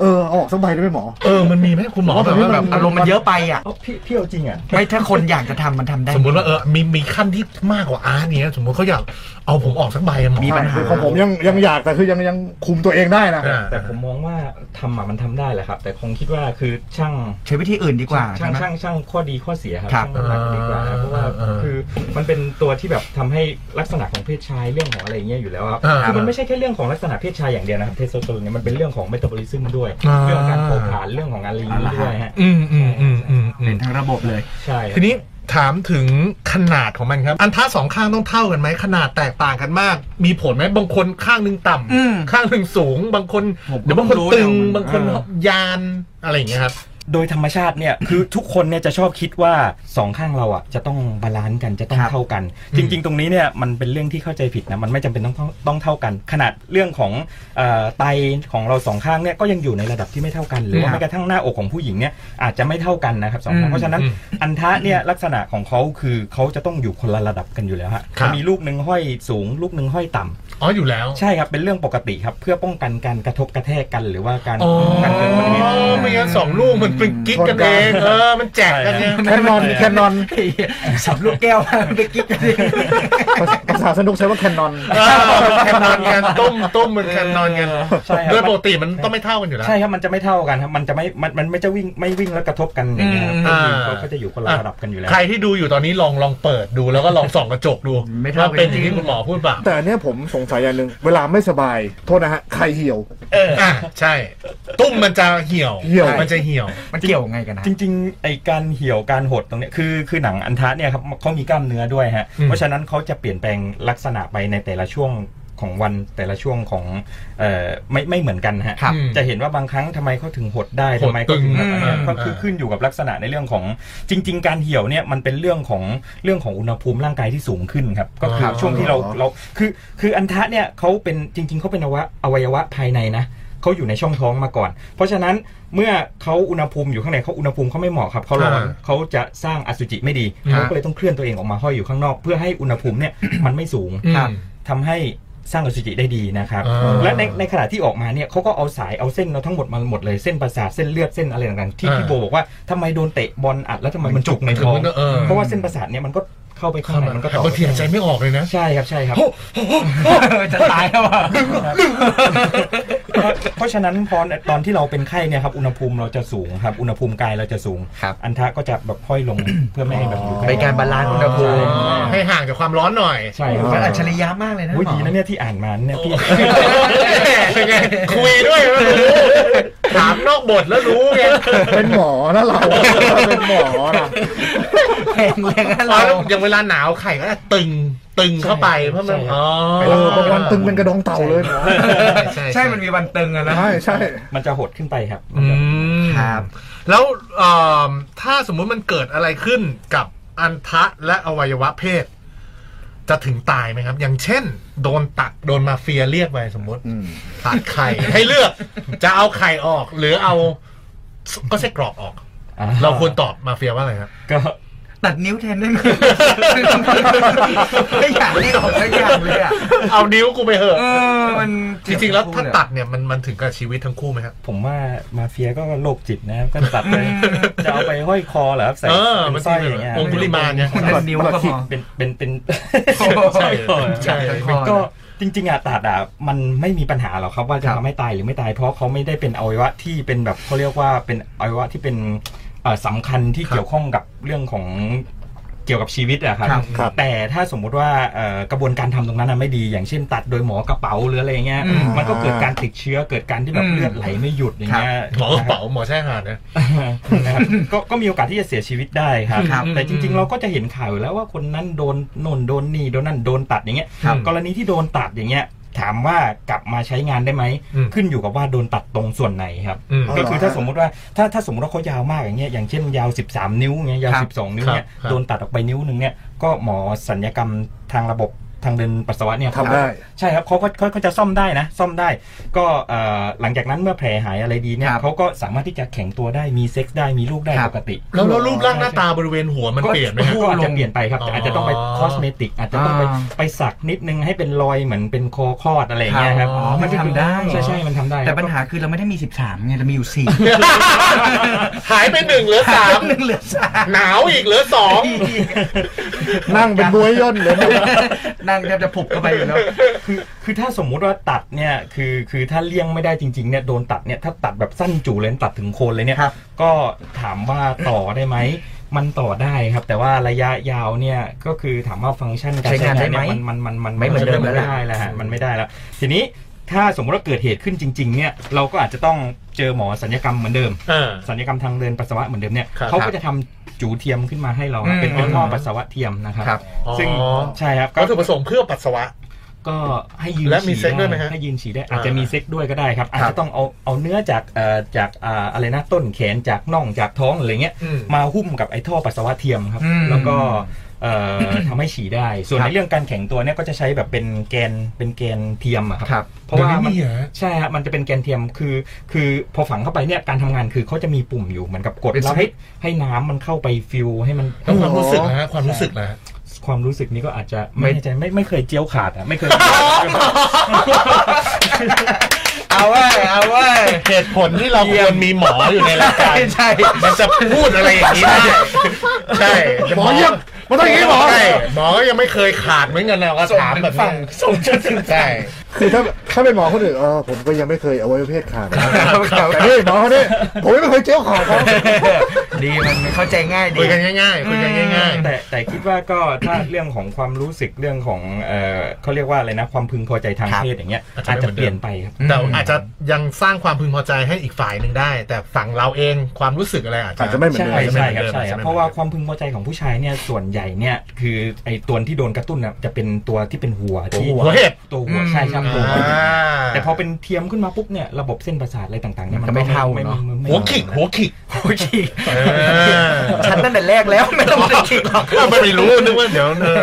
[SPEAKER 6] เออเอาออกสักใบได้ไหมหมอ
[SPEAKER 3] เออมันมีไหมคุณหมอแบบว่าแบบ
[SPEAKER 4] อารมณ์มันเยอะไปอ่ะ
[SPEAKER 5] เอ้าพี่พี่เอาจริงอ่ะ
[SPEAKER 4] ไม่ถ้าคนอยากจะทำมันทำได้
[SPEAKER 3] สมมติว่าเออมีมีขั้นที่มากกว่าอาร์ตเนี้ยสมมติเขาอยากเอาผมออกสักใบอะหมอ
[SPEAKER 4] มีปัญหา
[SPEAKER 6] คือของผมยังยังอยากแต่คือยังยังคุมตัวเองได้นะ
[SPEAKER 3] อ่า
[SPEAKER 5] แต่ผมมองว่าทำอะมันทำได้แหละครับ แต่คงคิดว่าคือช่าง
[SPEAKER 4] ใช้วิธีอื่นดีกว่า
[SPEAKER 5] ช่า
[SPEAKER 4] ใช่
[SPEAKER 5] ง
[SPEAKER 4] ไหม
[SPEAKER 5] ช่างช่างข้อดีข้อเสียครับ
[SPEAKER 4] ครับ
[SPEAKER 5] ช่างน้ำหนักดีกว่าครับเพราะว่า
[SPEAKER 3] อ่า
[SPEAKER 5] คือมันเป็นตัวที่แบบทำให้ลักษณะของเพศชายเรื่องของอะไรอย่างเงี้ยอยู่แล้วครับ
[SPEAKER 3] อ่า
[SPEAKER 5] คือมันไม่ใช่แค่เรื่องของลักษณะเพศชายอย่างเดียวนะครับเทสโทสเตอโรนเนี่ยมันเป็นเรื่องของเมตาบอลิซึมด้วย
[SPEAKER 3] อ่า
[SPEAKER 5] เรื่องของการเผาผลาญเรื่องของอะไรอย่างเงี้ย
[SPEAKER 4] อ่า
[SPEAKER 5] ด้วยฮะ
[SPEAKER 3] อืมอืมอืมอืมอื
[SPEAKER 4] เป็น
[SPEAKER 3] ม
[SPEAKER 4] ทางระบบเลย
[SPEAKER 5] ใช่
[SPEAKER 3] ทีนี้ถามถึงขนาดของมันครับ อันท่าสองข้างต้องเท่ากันไหมขนาดแตกต่างกันมาก มีผลไหมบางคนข้างหนึ่งต่ำ
[SPEAKER 4] อืม
[SPEAKER 3] ข้างหนึ่งสูง บางคน
[SPEAKER 4] ผมก็
[SPEAKER 3] เดี๋ยวบางคน
[SPEAKER 4] รู้
[SPEAKER 3] ตึง
[SPEAKER 4] เดี๋ยวมัน
[SPEAKER 3] บางคนยานอะไรอย่างเงี้ยครับ
[SPEAKER 5] โดยธรรมชาติเนี่ยคือทุกคนเนี่ยจะชอบคิดว่าสองข้างเราอ่ะจะต้องบาลานซ์กันจะต้อง
[SPEAKER 4] ครับ
[SPEAKER 5] เท่ากัน จริง ๆ ตรงนี้เนี่ยมันเป็นเรื่องที่เข้าใจผิดนะมันไม่จำเป็นต้องเท่าต้องเท่ากัน ขนาดเรื่องของเออไตของเราสองข้างเนี่ยก็ยังอยู่ในระดับที่ไม่เท่ากัน หรือว่า
[SPEAKER 4] ครับ
[SPEAKER 5] แม้กระทั่งหน้าอกของผู้หญิงเนี่ยอาจจะไม่เท่ากันนะครับสอง
[SPEAKER 4] อื
[SPEAKER 5] ข้าง
[SPEAKER 4] ม
[SPEAKER 5] เพราะฉะนั้น
[SPEAKER 3] อืม
[SPEAKER 5] อันทะเนี่ยลักษณะของเขาคือเขาจะต้องอยู่คนละระดับกันอยู่แล้วฮะ
[SPEAKER 3] ครับ
[SPEAKER 5] มีลูกหนึ่งห้อยสูง ลูกหนึ่งห้อยต่ำ
[SPEAKER 3] อ๋ออยู่แล้ว
[SPEAKER 5] ใช่ครับเป็นเรื่องปกติครับเพื่อป้องกันการกระทบกระแทกกันหรือว่าการ
[SPEAKER 3] อ๋อ
[SPEAKER 5] การเกิดอุบัติเหตุ
[SPEAKER 3] ไม่งั้นสองลูกมันเป็นกิ๊กกัน
[SPEAKER 6] ชนกั
[SPEAKER 3] เอน งเออมันแจกกันเนี่ย
[SPEAKER 6] แคนนอนแคนนอน
[SPEAKER 4] สับลูกแก้วมาไปกิ๊กกันดิ
[SPEAKER 6] ภาษาภาษาสนุกใช้ว่าแคนนอน
[SPEAKER 3] เออแคนนอนกันต้มต้มเหมือนแคนนอนกัน
[SPEAKER 5] ใช่ครับ
[SPEAKER 3] โดยปกติมันต้องไม่เท่ากันอยู่แล้ว
[SPEAKER 5] ใช่ครับ มันจะไม่เท่ากันครับ มันจะไม่ มันมันไม่จะวิ่งไม่วิ่งแล้วกระทบกันอย่างเงี้ยครับ
[SPEAKER 3] อืม
[SPEAKER 5] ก็คือเขาก็จะอยู่คนละระดับกันอยู่แล้ว
[SPEAKER 3] ใครที่ดูอยู่ตอนนี้ลองลองเปิดดูแล้วก็ลองส่องกระจกดู
[SPEAKER 4] ไม่
[SPEAKER 3] ว่า
[SPEAKER 4] เท่ากัน
[SPEAKER 3] เป็นอย่างที่คุณหมอพูดเปล่า
[SPEAKER 6] แต่อันเนี้ยผมสงสัยอย่างหนึ่งเวลาไม่สบายโทษนะฮะใครเหี่ยว
[SPEAKER 3] อ่ะใช่ ตุ้มมันจะเหี่ยว
[SPEAKER 6] เหี่ยว
[SPEAKER 3] มันจะเหี่ยว
[SPEAKER 4] มันเกี่ยวไงกันนะ
[SPEAKER 5] จริงๆ ไอการเหี่ยวการหดตรงเนี้ยคือคือหนังอันทะเนี่ยครับเขามีกล้ามเนื้อด้วยฮะ
[SPEAKER 3] อืม
[SPEAKER 5] เพราะฉะนั้นเขาจะเปลี่ยนแปลงลักษณะไปในแต่ละช่วงของวันแต่ละช่วงของเอ่อไม่ไม่เหมือนกันฮะ
[SPEAKER 4] ครับ
[SPEAKER 3] อืม
[SPEAKER 5] จะเห็นว่าบางครั้งทำไมเขาถึงหดได้
[SPEAKER 3] หด
[SPEAKER 5] ทำไมเขาถึง
[SPEAKER 3] ตึง
[SPEAKER 5] แบบอะไร
[SPEAKER 3] อืม
[SPEAKER 5] ก็คือขึ้นอยู่กับลักษณะในเรื่องของจริง ๆ การเหี่ยวเนี่ยมันเป็นเรื่องของเรื่องของอุณหภูมิร่างกายที่สูงขึ้นครับก็คือ
[SPEAKER 3] อ๋อ
[SPEAKER 5] ช่วงที่เรา
[SPEAKER 6] เหรอ
[SPEAKER 5] เราคือคืออันทะเนี่ยเขาเป็นจริง ๆเขาเป็นอวะอวัยวะภายในนะเขาอยู่ในช่องท้องมาก่อน เพราะฉะนั้นเมื่อเขาอุณหภูมิอยู่ข้างในเขาอุณหภูมิเขาไม่เหมาะครับเขาร้อน
[SPEAKER 3] อ่า
[SPEAKER 5] เขาจะสร้างอสุจิไม่ดี
[SPEAKER 3] ครับ
[SPEAKER 5] เขาก็เลยต้องเคลื่อนตัวเองออกมาห้อยอยู่ข้างนอก เพื่อให้อุณหภูมิเนี่ยมันไม่สูง
[SPEAKER 3] อืม
[SPEAKER 5] ทำให้ สร้างอสุจิได้ดีนะครับ
[SPEAKER 3] อ่า
[SPEAKER 5] และในในขณะที่ออกมาเนี่ยเขาก็เอาสายเอาเส้นเราทั้งหมดมาหมดเลยเส้นประสาทเส้นเลือดเส้นอะไรต่างๆที่
[SPEAKER 3] อ่า
[SPEAKER 5] พี่โบบอกว่าทำไมโดนเตะบอลอัดแล้วทำไมมันจุกใน
[SPEAKER 3] คือ
[SPEAKER 5] ท้อง
[SPEAKER 3] มันก็เออ
[SPEAKER 5] เพราะว่าเส้นประสาทเนี่ยมันก็เข้าไปข้างในมันก็ต่อบ
[SPEAKER 3] างทีหายใจไม่ออกเลยนะ
[SPEAKER 5] ใช่ครับใช่ครับ
[SPEAKER 4] จะตายแล้วอ่ะ
[SPEAKER 5] เพราะฉะนั้นพอตอนที่เราเป็นไข้เนี่ยครับอุณหภูมิเราจะสูงครับอุณหภูมิกายเราจะสูง
[SPEAKER 4] ครับ
[SPEAKER 5] อันทะก็จะแบบห้อยลง เพื่อไม่ให้แบบอยู่ใกล้
[SPEAKER 4] เป็นการบาลานซ์อุณหภูมิ
[SPEAKER 3] ให้ห่างจากความร้อนหน่อย
[SPEAKER 5] ใช่ค
[SPEAKER 4] มัน
[SPEAKER 5] รั
[SPEAKER 4] อั
[SPEAKER 5] บ
[SPEAKER 4] จฉริยะมากเลยนะ
[SPEAKER 5] อุ้ย
[SPEAKER 4] หมอ
[SPEAKER 5] ดีนะเนี่ยที่อ่านมาเนี่ยพี่
[SPEAKER 3] เป็นไงคุยด้วยไม่รู้ถามนอกบทแล้วรู้ไง
[SPEAKER 6] เป็นหมอนะเราเป็นหมอนะ
[SPEAKER 4] แพงเลยนะ
[SPEAKER 3] อ๋อ
[SPEAKER 4] เรา
[SPEAKER 3] แล้วอย่างเวลาหนาวไข่ก็จะตึงตึงเข้าไปเพราะมัน
[SPEAKER 5] ใช่ครับ
[SPEAKER 3] อ๋อ
[SPEAKER 6] เออบางวันตึงเป็นกระดองเต่าเลยหมอ
[SPEAKER 3] ใช่
[SPEAKER 4] ใช่ มันมีวันตึงอะนะ
[SPEAKER 6] ใช่ใช่
[SPEAKER 5] มันจะหดขึ้นไปครับ
[SPEAKER 3] อืม
[SPEAKER 4] ครับ
[SPEAKER 3] แล้วเอ่อถ้าสมมุติมันเกิดอะไรขึ้นกับอันทะและอวัยวะเพศ จะถึงตายไหมครับ อย่างเช่น โดนตัดโดนมาเฟียเรียกไปสมมติ
[SPEAKER 6] อืม
[SPEAKER 3] ตัดไข่ ให้เลือกจะเอาไข่ออก หรือเอาก็เส้กรอกออก
[SPEAKER 5] อ่า
[SPEAKER 3] เราควรตอบมาเฟียว่าอะไรครับ
[SPEAKER 5] ก็
[SPEAKER 4] ตัดนิ้วแทนได้ไหม ไม่อยากเล่นของสักอย่างเลยอ่ะ
[SPEAKER 3] เอานิ้วกูไปเหอะ
[SPEAKER 4] เออ มัน
[SPEAKER 3] จริงๆแล้วถ้าตัดเนี่ยมันมันถึงกับชีวิตทั้งคู่ไหมครับ
[SPEAKER 5] ผมว่ามาเฟียก็โรคจิตนะครับก็ตัดเลยจะเอาไปห้อยคอเหรอครับใส่
[SPEAKER 3] เออ
[SPEAKER 5] เป็นสร้อยอย่างเงี้ย
[SPEAKER 3] องคุลิมานเนี่ย
[SPEAKER 4] คุณตัดนิ้วก็พอ
[SPEAKER 5] เป็นเป็นเป็น
[SPEAKER 3] ใช่ใช่
[SPEAKER 5] ก็จริงๆอะตัดอะมันไม่มีปัญหาหรอกครับว่าจะทำให้ตายหรือไม่ตายเพราะเขาไม่ได้เป็นอวัยวะที่เป็นแบบเขาเรียกว่าเป็นอวัยวะที่เป็นเอ่อสำคัญที่
[SPEAKER 3] ครับ
[SPEAKER 5] เกี่ยวข้องกับเรื่องของเกี่ยวกับชีวิตอะครับ
[SPEAKER 4] ครับ
[SPEAKER 6] ครับ
[SPEAKER 5] แต่ถ้าสมมุติว่าเอ่อกระบวนการทำตรงนั้นอะไม่ดี อย่างเช่น ตัดโดยหมอกระเป๋าหรืออะไรเงี้ย
[SPEAKER 4] อืม
[SPEAKER 5] มันก็เกิดการติดเชื้อเกิดการที่แบบ
[SPEAKER 4] อืม
[SPEAKER 5] เลือดไหลไม่หยุดอย่างเงี้ย
[SPEAKER 3] หมอกระเป๋าหมอแช่หาดนะ
[SPEAKER 5] นะครับก็ก็มีโอกาสที่จะเสียชีวิตได้ครับ
[SPEAKER 4] ครับ
[SPEAKER 5] แต่จริงๆ เราก็จะเห็นข่าวอยู่แล้วว่าคนนั้นโดนโน่นโดนนี่โดนนั่นโดนตัดอย่างเงี้ย
[SPEAKER 3] ครับ
[SPEAKER 5] กรณีที่โดนตัดอย่างเงี้ยถามว่ากลับมาใช้งานได้ไหม
[SPEAKER 3] อืม
[SPEAKER 5] ขึ้นอยู่กับว่าโดนตัดตรงส่วนไหนครับ
[SPEAKER 3] อืม
[SPEAKER 5] ก็คือถ้าสมมุติว่าถ้าถ้าสมมติว่าเขายาวมากอย่างเงี้ยอย่างเช่นยาว 13 นิ้วเงี้ยยาว
[SPEAKER 4] ครับ
[SPEAKER 5] 12 นิ้วเนี่ย
[SPEAKER 3] ครับ
[SPEAKER 5] โดนตัดออกไปนิ้วหนึ่งเนี่ยก็หมอสัญญกรรมทางระบบทางเดินปัสสาวะเนี่ย
[SPEAKER 6] ทำได้
[SPEAKER 5] ใช่ครับเขาก็เขาก็จะซ่อมได้นะ ซ่อมได้ ก็เอ่อหลังจากนั้นเมื่อแผลหายอะไรดีเนี่ย
[SPEAKER 4] ครับ
[SPEAKER 5] เขาก็สามารถที่จะแข็งตัวได้มีเซ็กซ์ได้มีลูกได้
[SPEAKER 4] ครั
[SPEAKER 5] ป
[SPEAKER 4] บ
[SPEAKER 5] กติ
[SPEAKER 3] แล้วแล้วรูปร่างหน้าตาบริเวณหัวมันเปลี่ยนไหม ครับ
[SPEAKER 5] ก็อาจจะเปลี่ยนไปครับแต่อาจจะต้องไป
[SPEAKER 3] อ๋อ
[SPEAKER 5] คอสเมติกอาจจะต้องไป
[SPEAKER 4] อ่า
[SPEAKER 5] ไปสักนิดนึงให้เป็นรอยเหมือนเป็นคอคลอดอะไรอย่างเงี้ยครับ
[SPEAKER 4] อ๋อมันทำได้
[SPEAKER 5] ใช่ใช่มันทำได้
[SPEAKER 4] แต่ปัญหาคือเราไม่ได้มี 13ไงเรามีอยู่
[SPEAKER 3] หายไปหนึ่งเหลือสาม
[SPEAKER 4] 4หนึ่งเหลือสาม
[SPEAKER 3] หนาวอีกเหลือสอง
[SPEAKER 6] นั่งเป็นบวยย่นเลยเนี่ย
[SPEAKER 4] นั่งแทบจะผุบเข้าไปอยู่แล้ว
[SPEAKER 5] คือคือถ้าสมมุติว่าตัดเนี่ยคือคือถ้าเลี่ยงไม่ได้จริงๆเนี่ยโดนตัดเนี่ยถ้าตัดแบบสั้นจู่เลยตัดถึงโคนเลยเนี่ย
[SPEAKER 4] ครับ
[SPEAKER 5] ก็ถามว่าต่อได้ไหมมันต่อได้ครับ แต่ว่าระยะยาวเนี่ยก็คือถามว่าฟังก์ชันการ
[SPEAKER 4] ใช้งานได้ไหม
[SPEAKER 5] ใช้งานเนี่ยมันมันมัน
[SPEAKER 4] ไม่เหมือนเดิมแล้วล่ะ
[SPEAKER 5] ไม่ได้แล้วฮะมันไม่ได้แล้ว ทีนี้ถ้าสมมติว่าเกิดเหตุขึ้นจริง ๆเนี่ยเราก็อาจจะต้องเจอหมอสัญญกรรมเหมือนเดิม
[SPEAKER 3] อ่า
[SPEAKER 5] สัญญกรรมทางเดินปัสสาวะเหมือนเดิมเนี่ย
[SPEAKER 3] ครับ
[SPEAKER 5] เขาก็จะทำจูเทียมขึ้นมาให้เรา
[SPEAKER 4] อืม
[SPEAKER 5] เป็นเป็นหม้อปัสสาวะเทียมนะครับ
[SPEAKER 4] ครับ
[SPEAKER 5] ซึ่ง
[SPEAKER 3] อ๋อ
[SPEAKER 5] ใช่ครับ
[SPEAKER 3] วัตถุประสงค์เพื่อปัสสาวะ
[SPEAKER 5] ก็ให้ยืน
[SPEAKER 3] และมี
[SPEAKER 5] ฉี่
[SPEAKER 3] เซ็กด้วยไหมฮะ
[SPEAKER 5] ให้ยืนฉี่ได้
[SPEAKER 3] อ่า
[SPEAKER 5] อาจจะมีเซ็กด้วยก็ได้ครับ อาจจะต้องเอาเอาเนื้อจากเอ่อจากอ่าอะไรนะต้นแขนจากน่องจากท้องอะไรเงี้ย
[SPEAKER 3] อืม
[SPEAKER 5] มาหุ้มกับไอ้ท่อปัสสาวะเทียมครับ
[SPEAKER 4] อืม
[SPEAKER 5] แล้วก็เอ่อ ทำให้ฉี่ได้ ส่วน
[SPEAKER 4] ครับ
[SPEAKER 5] ในเรื่องการแข็งตัวเนี่ยก็จะใช้แบบเป็นแกนเป็นแกนเทียมอะค
[SPEAKER 4] ครั
[SPEAKER 5] รับ เพราะว่ามั
[SPEAKER 3] เดี๋ยวนี้
[SPEAKER 5] น
[SPEAKER 3] มีเหรอ
[SPEAKER 5] ใช่ฮะมันจะเป็นแกนเทียมคือ คือพอฝังเข้าไปเนี่ยการทำงานคือเขาจะมีปุ่มอยู่เหมือนกับกด
[SPEAKER 4] เป็น
[SPEAKER 5] แล้ว
[SPEAKER 4] สวิ
[SPEAKER 5] ให้
[SPEAKER 4] ตช์
[SPEAKER 5] ให้น้ำมันเข้าไปฟิวให้มัน
[SPEAKER 3] แล้วความรู้สึกนะฮะความรู้สึกนะฮะ
[SPEAKER 5] ความรู้สึกนี้ก็อาจจะไม่แน่ใจไม่ไม่เคยเจียวขาดอ่ะไม่เคย
[SPEAKER 4] เอาไว้ยเอาไว้ย
[SPEAKER 3] เหตุผลที่เราควรมีหมออยู่ในรายการ
[SPEAKER 4] ใช่
[SPEAKER 3] มันจะพูดอะไรอย่างนี้ได้ใช่
[SPEAKER 6] หมอเยี่ยมมันต้องอย่างนี้หมอ
[SPEAKER 3] ใช่หมอก็ยังไม่เคยขาดเหมือนกันนะก็ถามแบบนี้ส่งจนถึงใช่
[SPEAKER 6] คือถ้าถ้าเป็นหมอคนอื่นเออผมก็ยังไม่เคยเอาไว้เพศขาดแต่นี่หมอเขาเนี่ยผมยังไม่เคยเจ๊ยวขาดเขา
[SPEAKER 4] ดีมันเข้าใจง่ายดี
[SPEAKER 3] คุยกันง่ายๆคุยกันง่าย
[SPEAKER 5] แต่แต่คิดว่าก็ถ้าเรื่องของความรู้สึกเรื่องของเออเขาเรียกว่าอะไรนะความพึงพอใจทาง
[SPEAKER 4] ครับ
[SPEAKER 5] เพศอย่างเงี้ย
[SPEAKER 3] อาจจะ
[SPEAKER 5] อาจจะ
[SPEAKER 3] ไม่เหมือนเดิม
[SPEAKER 5] เปลี่ยนไปครับ
[SPEAKER 3] ๆ แต่อาจจะยังสร้างความพึงพอใจให้อีกฝ่ายหนึ่งได้ แต่ฝั่งเราเองความรู้สึกอะไรอาจจะ
[SPEAKER 6] อาจจะไม่เหมือนเดิม
[SPEAKER 5] ใช่ใช่ครับ
[SPEAKER 3] ไม่เหมือนเดิม
[SPEAKER 5] ใช่ครับ
[SPEAKER 3] ใช่ไหม
[SPEAKER 5] เพราะว่าความพึงพอใจของผู้ชายเนี่ยส่วนใหญ่เนี่ยคือไอตัวที่โดนกระตุ้นน่ะจะเป็นตัวที่เป็นหัวที่
[SPEAKER 3] หัวเห็บ
[SPEAKER 5] ตัวหัวใช่ครับ
[SPEAKER 3] อ่
[SPEAKER 5] ตัวหัวเห็บ
[SPEAKER 3] า
[SPEAKER 5] แต่พอเป็นเทียมขึ้นมาปุ๊บเนี่ยระบบเส้นประสาทอะไรต่างๆเนี่ย
[SPEAKER 4] มันก็ไม่เท่า
[SPEAKER 5] ไม่
[SPEAKER 4] เนอะ
[SPEAKER 5] ไม่ไม่
[SPEAKER 3] หัวขิกหัวขิก
[SPEAKER 5] หัวขิก
[SPEAKER 3] เออ
[SPEAKER 4] ฉันตั้งแต่แรกแล้วไม่ต้องมาคิดหรอก
[SPEAKER 3] เอาไม่รู้นึกว่าเดี๋ยวเออ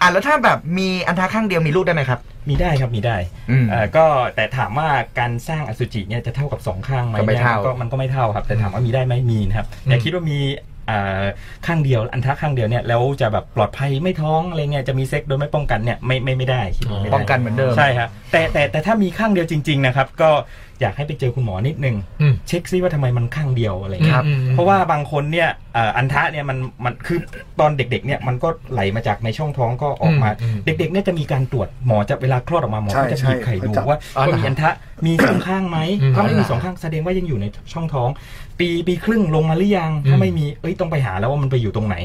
[SPEAKER 4] อ่ะแล้วถ้าแบบมีอันทาข้างเดียวมีลูกได้ไหมครับ
[SPEAKER 5] มีได้ครับมีได้
[SPEAKER 4] อืม
[SPEAKER 5] เอ่อก็แต่ถามว่าการสร้างอสุจิเนี่ยจะเท่ากับสองข้างไหม
[SPEAKER 4] ก็ไม่เท่า
[SPEAKER 5] นี่ยนก็มันก็ไม่เท่าครับ แต่ถามว่ามีได้ไหมมีนะครับแต่คิดว่ามี อ่าข้างเดียวอันทะข้างเดียวเนี่ยแล้วจะแบบปลอดภัยไม่ท้องอะไรเงี้ยจะมีเซ็กโดยไม่ป้องกันเนี่ยไม่ไม่ไม่ได้คิดว่าไม่ได้
[SPEAKER 4] ป้องกันเหมือนเดิม
[SPEAKER 5] ใช่ครับแต่แต่แต่ถ้ามีข้างเดียวจริง ๆ นะครับ ก็อยากให้ไปเจอคุณหมอนิดนึง
[SPEAKER 3] อืม
[SPEAKER 5] เช็คซิว่าทำไมมันข้างเดียวอะไรเงี้ย
[SPEAKER 3] ครับอืมอืม
[SPEAKER 5] เพราะว่าบางคนเนี่ยเอ่ออันทะเนี่ยมันมันคือตอนเด็ก ๆ เนี่ยมันก็ไหลมาจากในช่องท้องก็ออกมา เด็กๆเนี่ยจะมีการตรวจหมอจะเวลาคลอดออกมาหมอ
[SPEAKER 6] ใช่
[SPEAKER 5] ก็จะบีบไข่
[SPEAKER 6] ใช่
[SPEAKER 5] ดู
[SPEAKER 6] เขาจะ
[SPEAKER 5] ว่า
[SPEAKER 4] อ๋อเหรอ
[SPEAKER 5] ว่ามีอันทะมีสองข้างไหม
[SPEAKER 3] อืม
[SPEAKER 5] ถ้าไม่
[SPEAKER 4] อ๋อเหร
[SPEAKER 5] มี
[SPEAKER 4] อ
[SPEAKER 5] สองข้างแสดงว่ายังอยู่ในช่องท้อง ปีปีครึ่งลงมาหรือยังถ้าไม่มีเอ้ยต้องไปหาแล้วว่ามันไปอยู่ตรงไหน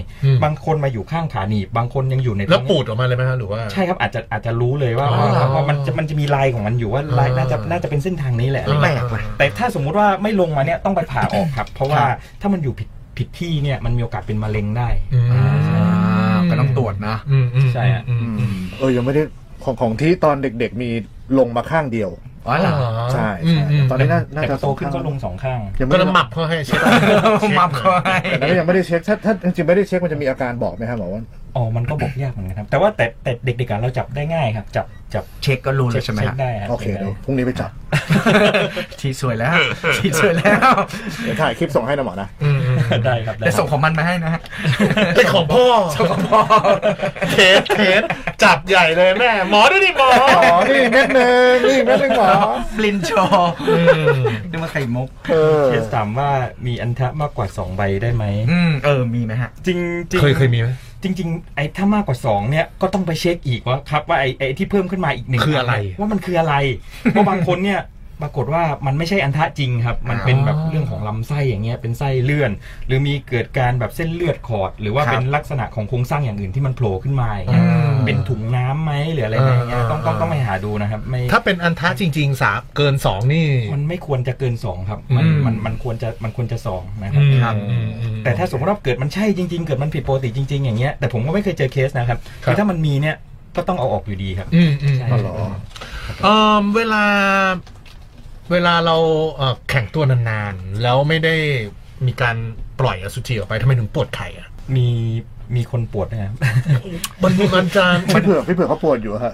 [SPEAKER 5] บางคนมาอยู่ข้างขาหนีบบางคนยังอยู่ในท้อง
[SPEAKER 3] แล้วปูดออกมาเลยไหมฮะหรือว่า
[SPEAKER 5] ใช่ครับอาจจะอาจจะรู้เลยว่า
[SPEAKER 3] อ๋อ
[SPEAKER 5] ว่าว่ามันจะมันจะมีลายของมันอยู่ว่าลาย
[SPEAKER 3] อ่า
[SPEAKER 5] น่าจะน่าจะเป็นเส้นทางนี้แหละอะไร
[SPEAKER 4] แปล
[SPEAKER 5] เงี้ย
[SPEAKER 4] กว่ะ
[SPEAKER 5] แต่ถ้าสมมุติว่าไม่ลงมาเนี่ยต้องไปผ่าออกครับ เพราะว่าถ้ามันอยู่ผิดผิดที่เนี่ยมันมีโอกาสเป็นมะเร็งได้
[SPEAKER 3] อืม
[SPEAKER 4] อ่าก็ต้องตรวจนะ
[SPEAKER 3] อืมอืม
[SPEAKER 5] ใช่ฮะ
[SPEAKER 3] อืมอืม
[SPEAKER 6] เออยังไม่ได้ของของที่ตอนเด็ก ๆ มีลงมาข้างเดียว
[SPEAKER 4] อ๋อเหรอ
[SPEAKER 6] ใช่
[SPEAKER 3] อืม
[SPEAKER 6] ใช่
[SPEAKER 3] ม
[SPEAKER 6] ตอนนี้น่าน่า
[SPEAKER 5] แต่
[SPEAKER 6] จะ
[SPEAKER 5] โตขึ้นก็ลงสองข้าง
[SPEAKER 6] ยัง
[SPEAKER 3] ก็
[SPEAKER 6] ไม่
[SPEAKER 3] ระ
[SPEAKER 6] ได้
[SPEAKER 3] มับเขาให้เช็ค
[SPEAKER 4] มับเขาให้
[SPEAKER 6] แต่ก็ยังไม่ได้เช็คถ้าถ้าจริงๆไม่ได้เช็คมันจะมีอาการบอกไหมครับหมอว่า
[SPEAKER 5] อ๋อ มันก็บอกยากเหมือนกันครับ แต่ว่าแต่แต่เด็กๆอะเราจับได้ง่ายครับ จับจับ
[SPEAKER 4] เช็คก็รู้เล
[SPEAKER 5] เช็
[SPEAKER 4] ย
[SPEAKER 5] ค
[SPEAKER 4] ใช่ไหม
[SPEAKER 5] เช็
[SPEAKER 4] ฮะ
[SPEAKER 5] คได้ครับ
[SPEAKER 6] โอเค
[SPEAKER 5] ช็คได้
[SPEAKER 6] เดี๋ยวพรุ่งนี้ไปจับ
[SPEAKER 4] ทีสวยแล้วทีสวยแล้ว
[SPEAKER 6] เดี๋ยวถ่ายคลิปส่งให้นะหมอนะ
[SPEAKER 3] อืมอืม
[SPEAKER 5] ได้ครับได้
[SPEAKER 4] แล้ว
[SPEAKER 5] ค
[SPEAKER 4] ส่
[SPEAKER 5] รับ
[SPEAKER 4] งของมันมาให้นะฮะ
[SPEAKER 3] เป็นของพ่อ
[SPEAKER 4] ส่งของพ่อ
[SPEAKER 3] เทสเทสจับใหญ่เลยแม่ หมอด้วยดิหมอ
[SPEAKER 6] อ๋อ นี่อีกเม็ดหนึ่งนี่อีกเม็ดหนึ่งหมอ
[SPEAKER 4] บลินโชว์นึกว่าไข่มุก
[SPEAKER 6] เออ
[SPEAKER 5] เคสถามว่ามีอันทะมากกว่าสองใบได้ไหม
[SPEAKER 4] อืมเออ มีไหมฮะ
[SPEAKER 5] จริงจริง
[SPEAKER 3] เคยเคยมีไหม
[SPEAKER 5] จริงๆ ไอ้ถ้ามากกว่า 2 เนี่ยก็ต้องไปเช็คอีกว่าครับว่าไอ้ไอ้ที่เพิ่มขึ้นมาอีกหนึ่ง
[SPEAKER 3] คืออะไร
[SPEAKER 5] ว่ามันคืออะไร เพราะบางคนเนี่ยปรากฏว่ามันไม่ใช่อันทะจริงครับ มันเป็นแบบ
[SPEAKER 3] อ๋อ
[SPEAKER 5] เรื่องของลำไส้อย่างเงี้ยเป็นไส้เลื่อน หรือมีเกิดการแบบเส้นเลือดขอด หรือว่า
[SPEAKER 4] ครับ
[SPEAKER 5] เป็นลักษณะของโครงสร้างอย่างอื่นที่มันโผล่ขึ้นมาอย่างเงี้ย
[SPEAKER 3] อืม
[SPEAKER 5] เป็นถุงน้ำไหมหรืออะไรอย่างเงี้ย
[SPEAKER 3] อ่า
[SPEAKER 5] ต้องต้องต้องไปหาดูนะครับไม่
[SPEAKER 3] ถ้าเป็นอันท้าจริง ๆ สามเกินสองนี่
[SPEAKER 5] มันไม่ควรจะเกินสองครับมัน
[SPEAKER 3] อืม
[SPEAKER 5] มันมันควรจะมันควรจะสองนะครั
[SPEAKER 3] อืม
[SPEAKER 4] ครับ
[SPEAKER 3] อืมอืม
[SPEAKER 5] แต่ถ้าสมมติว่าเกิดมันใช่จริง ๆ เกิดมันผิดปกติจริง ๆ อย่างเงี้ยแต่ผมก็ไม่เคยเจอเคสนะครับ
[SPEAKER 3] ครับ
[SPEAKER 5] คือถ้ามันมีเนี่ยก็ต้องเอาออกอยู่ดีครับ
[SPEAKER 3] อืมอืม
[SPEAKER 5] ใช่
[SPEAKER 6] อ๋อเหรอ
[SPEAKER 3] เอ่อเวลา เวลาเราเอ่อแข่งตัวนานๆ แล้วไม่ได้มีการปล่อยอสุจิออกไปทำไมถึงปวดไข่อะ
[SPEAKER 5] มีมีคนปวดนะครับ
[SPEAKER 3] มันมันจะ มั
[SPEAKER 6] พี่
[SPEAKER 3] น
[SPEAKER 6] เผือกพี่เผือกเขาปวดอยู่อะฮะ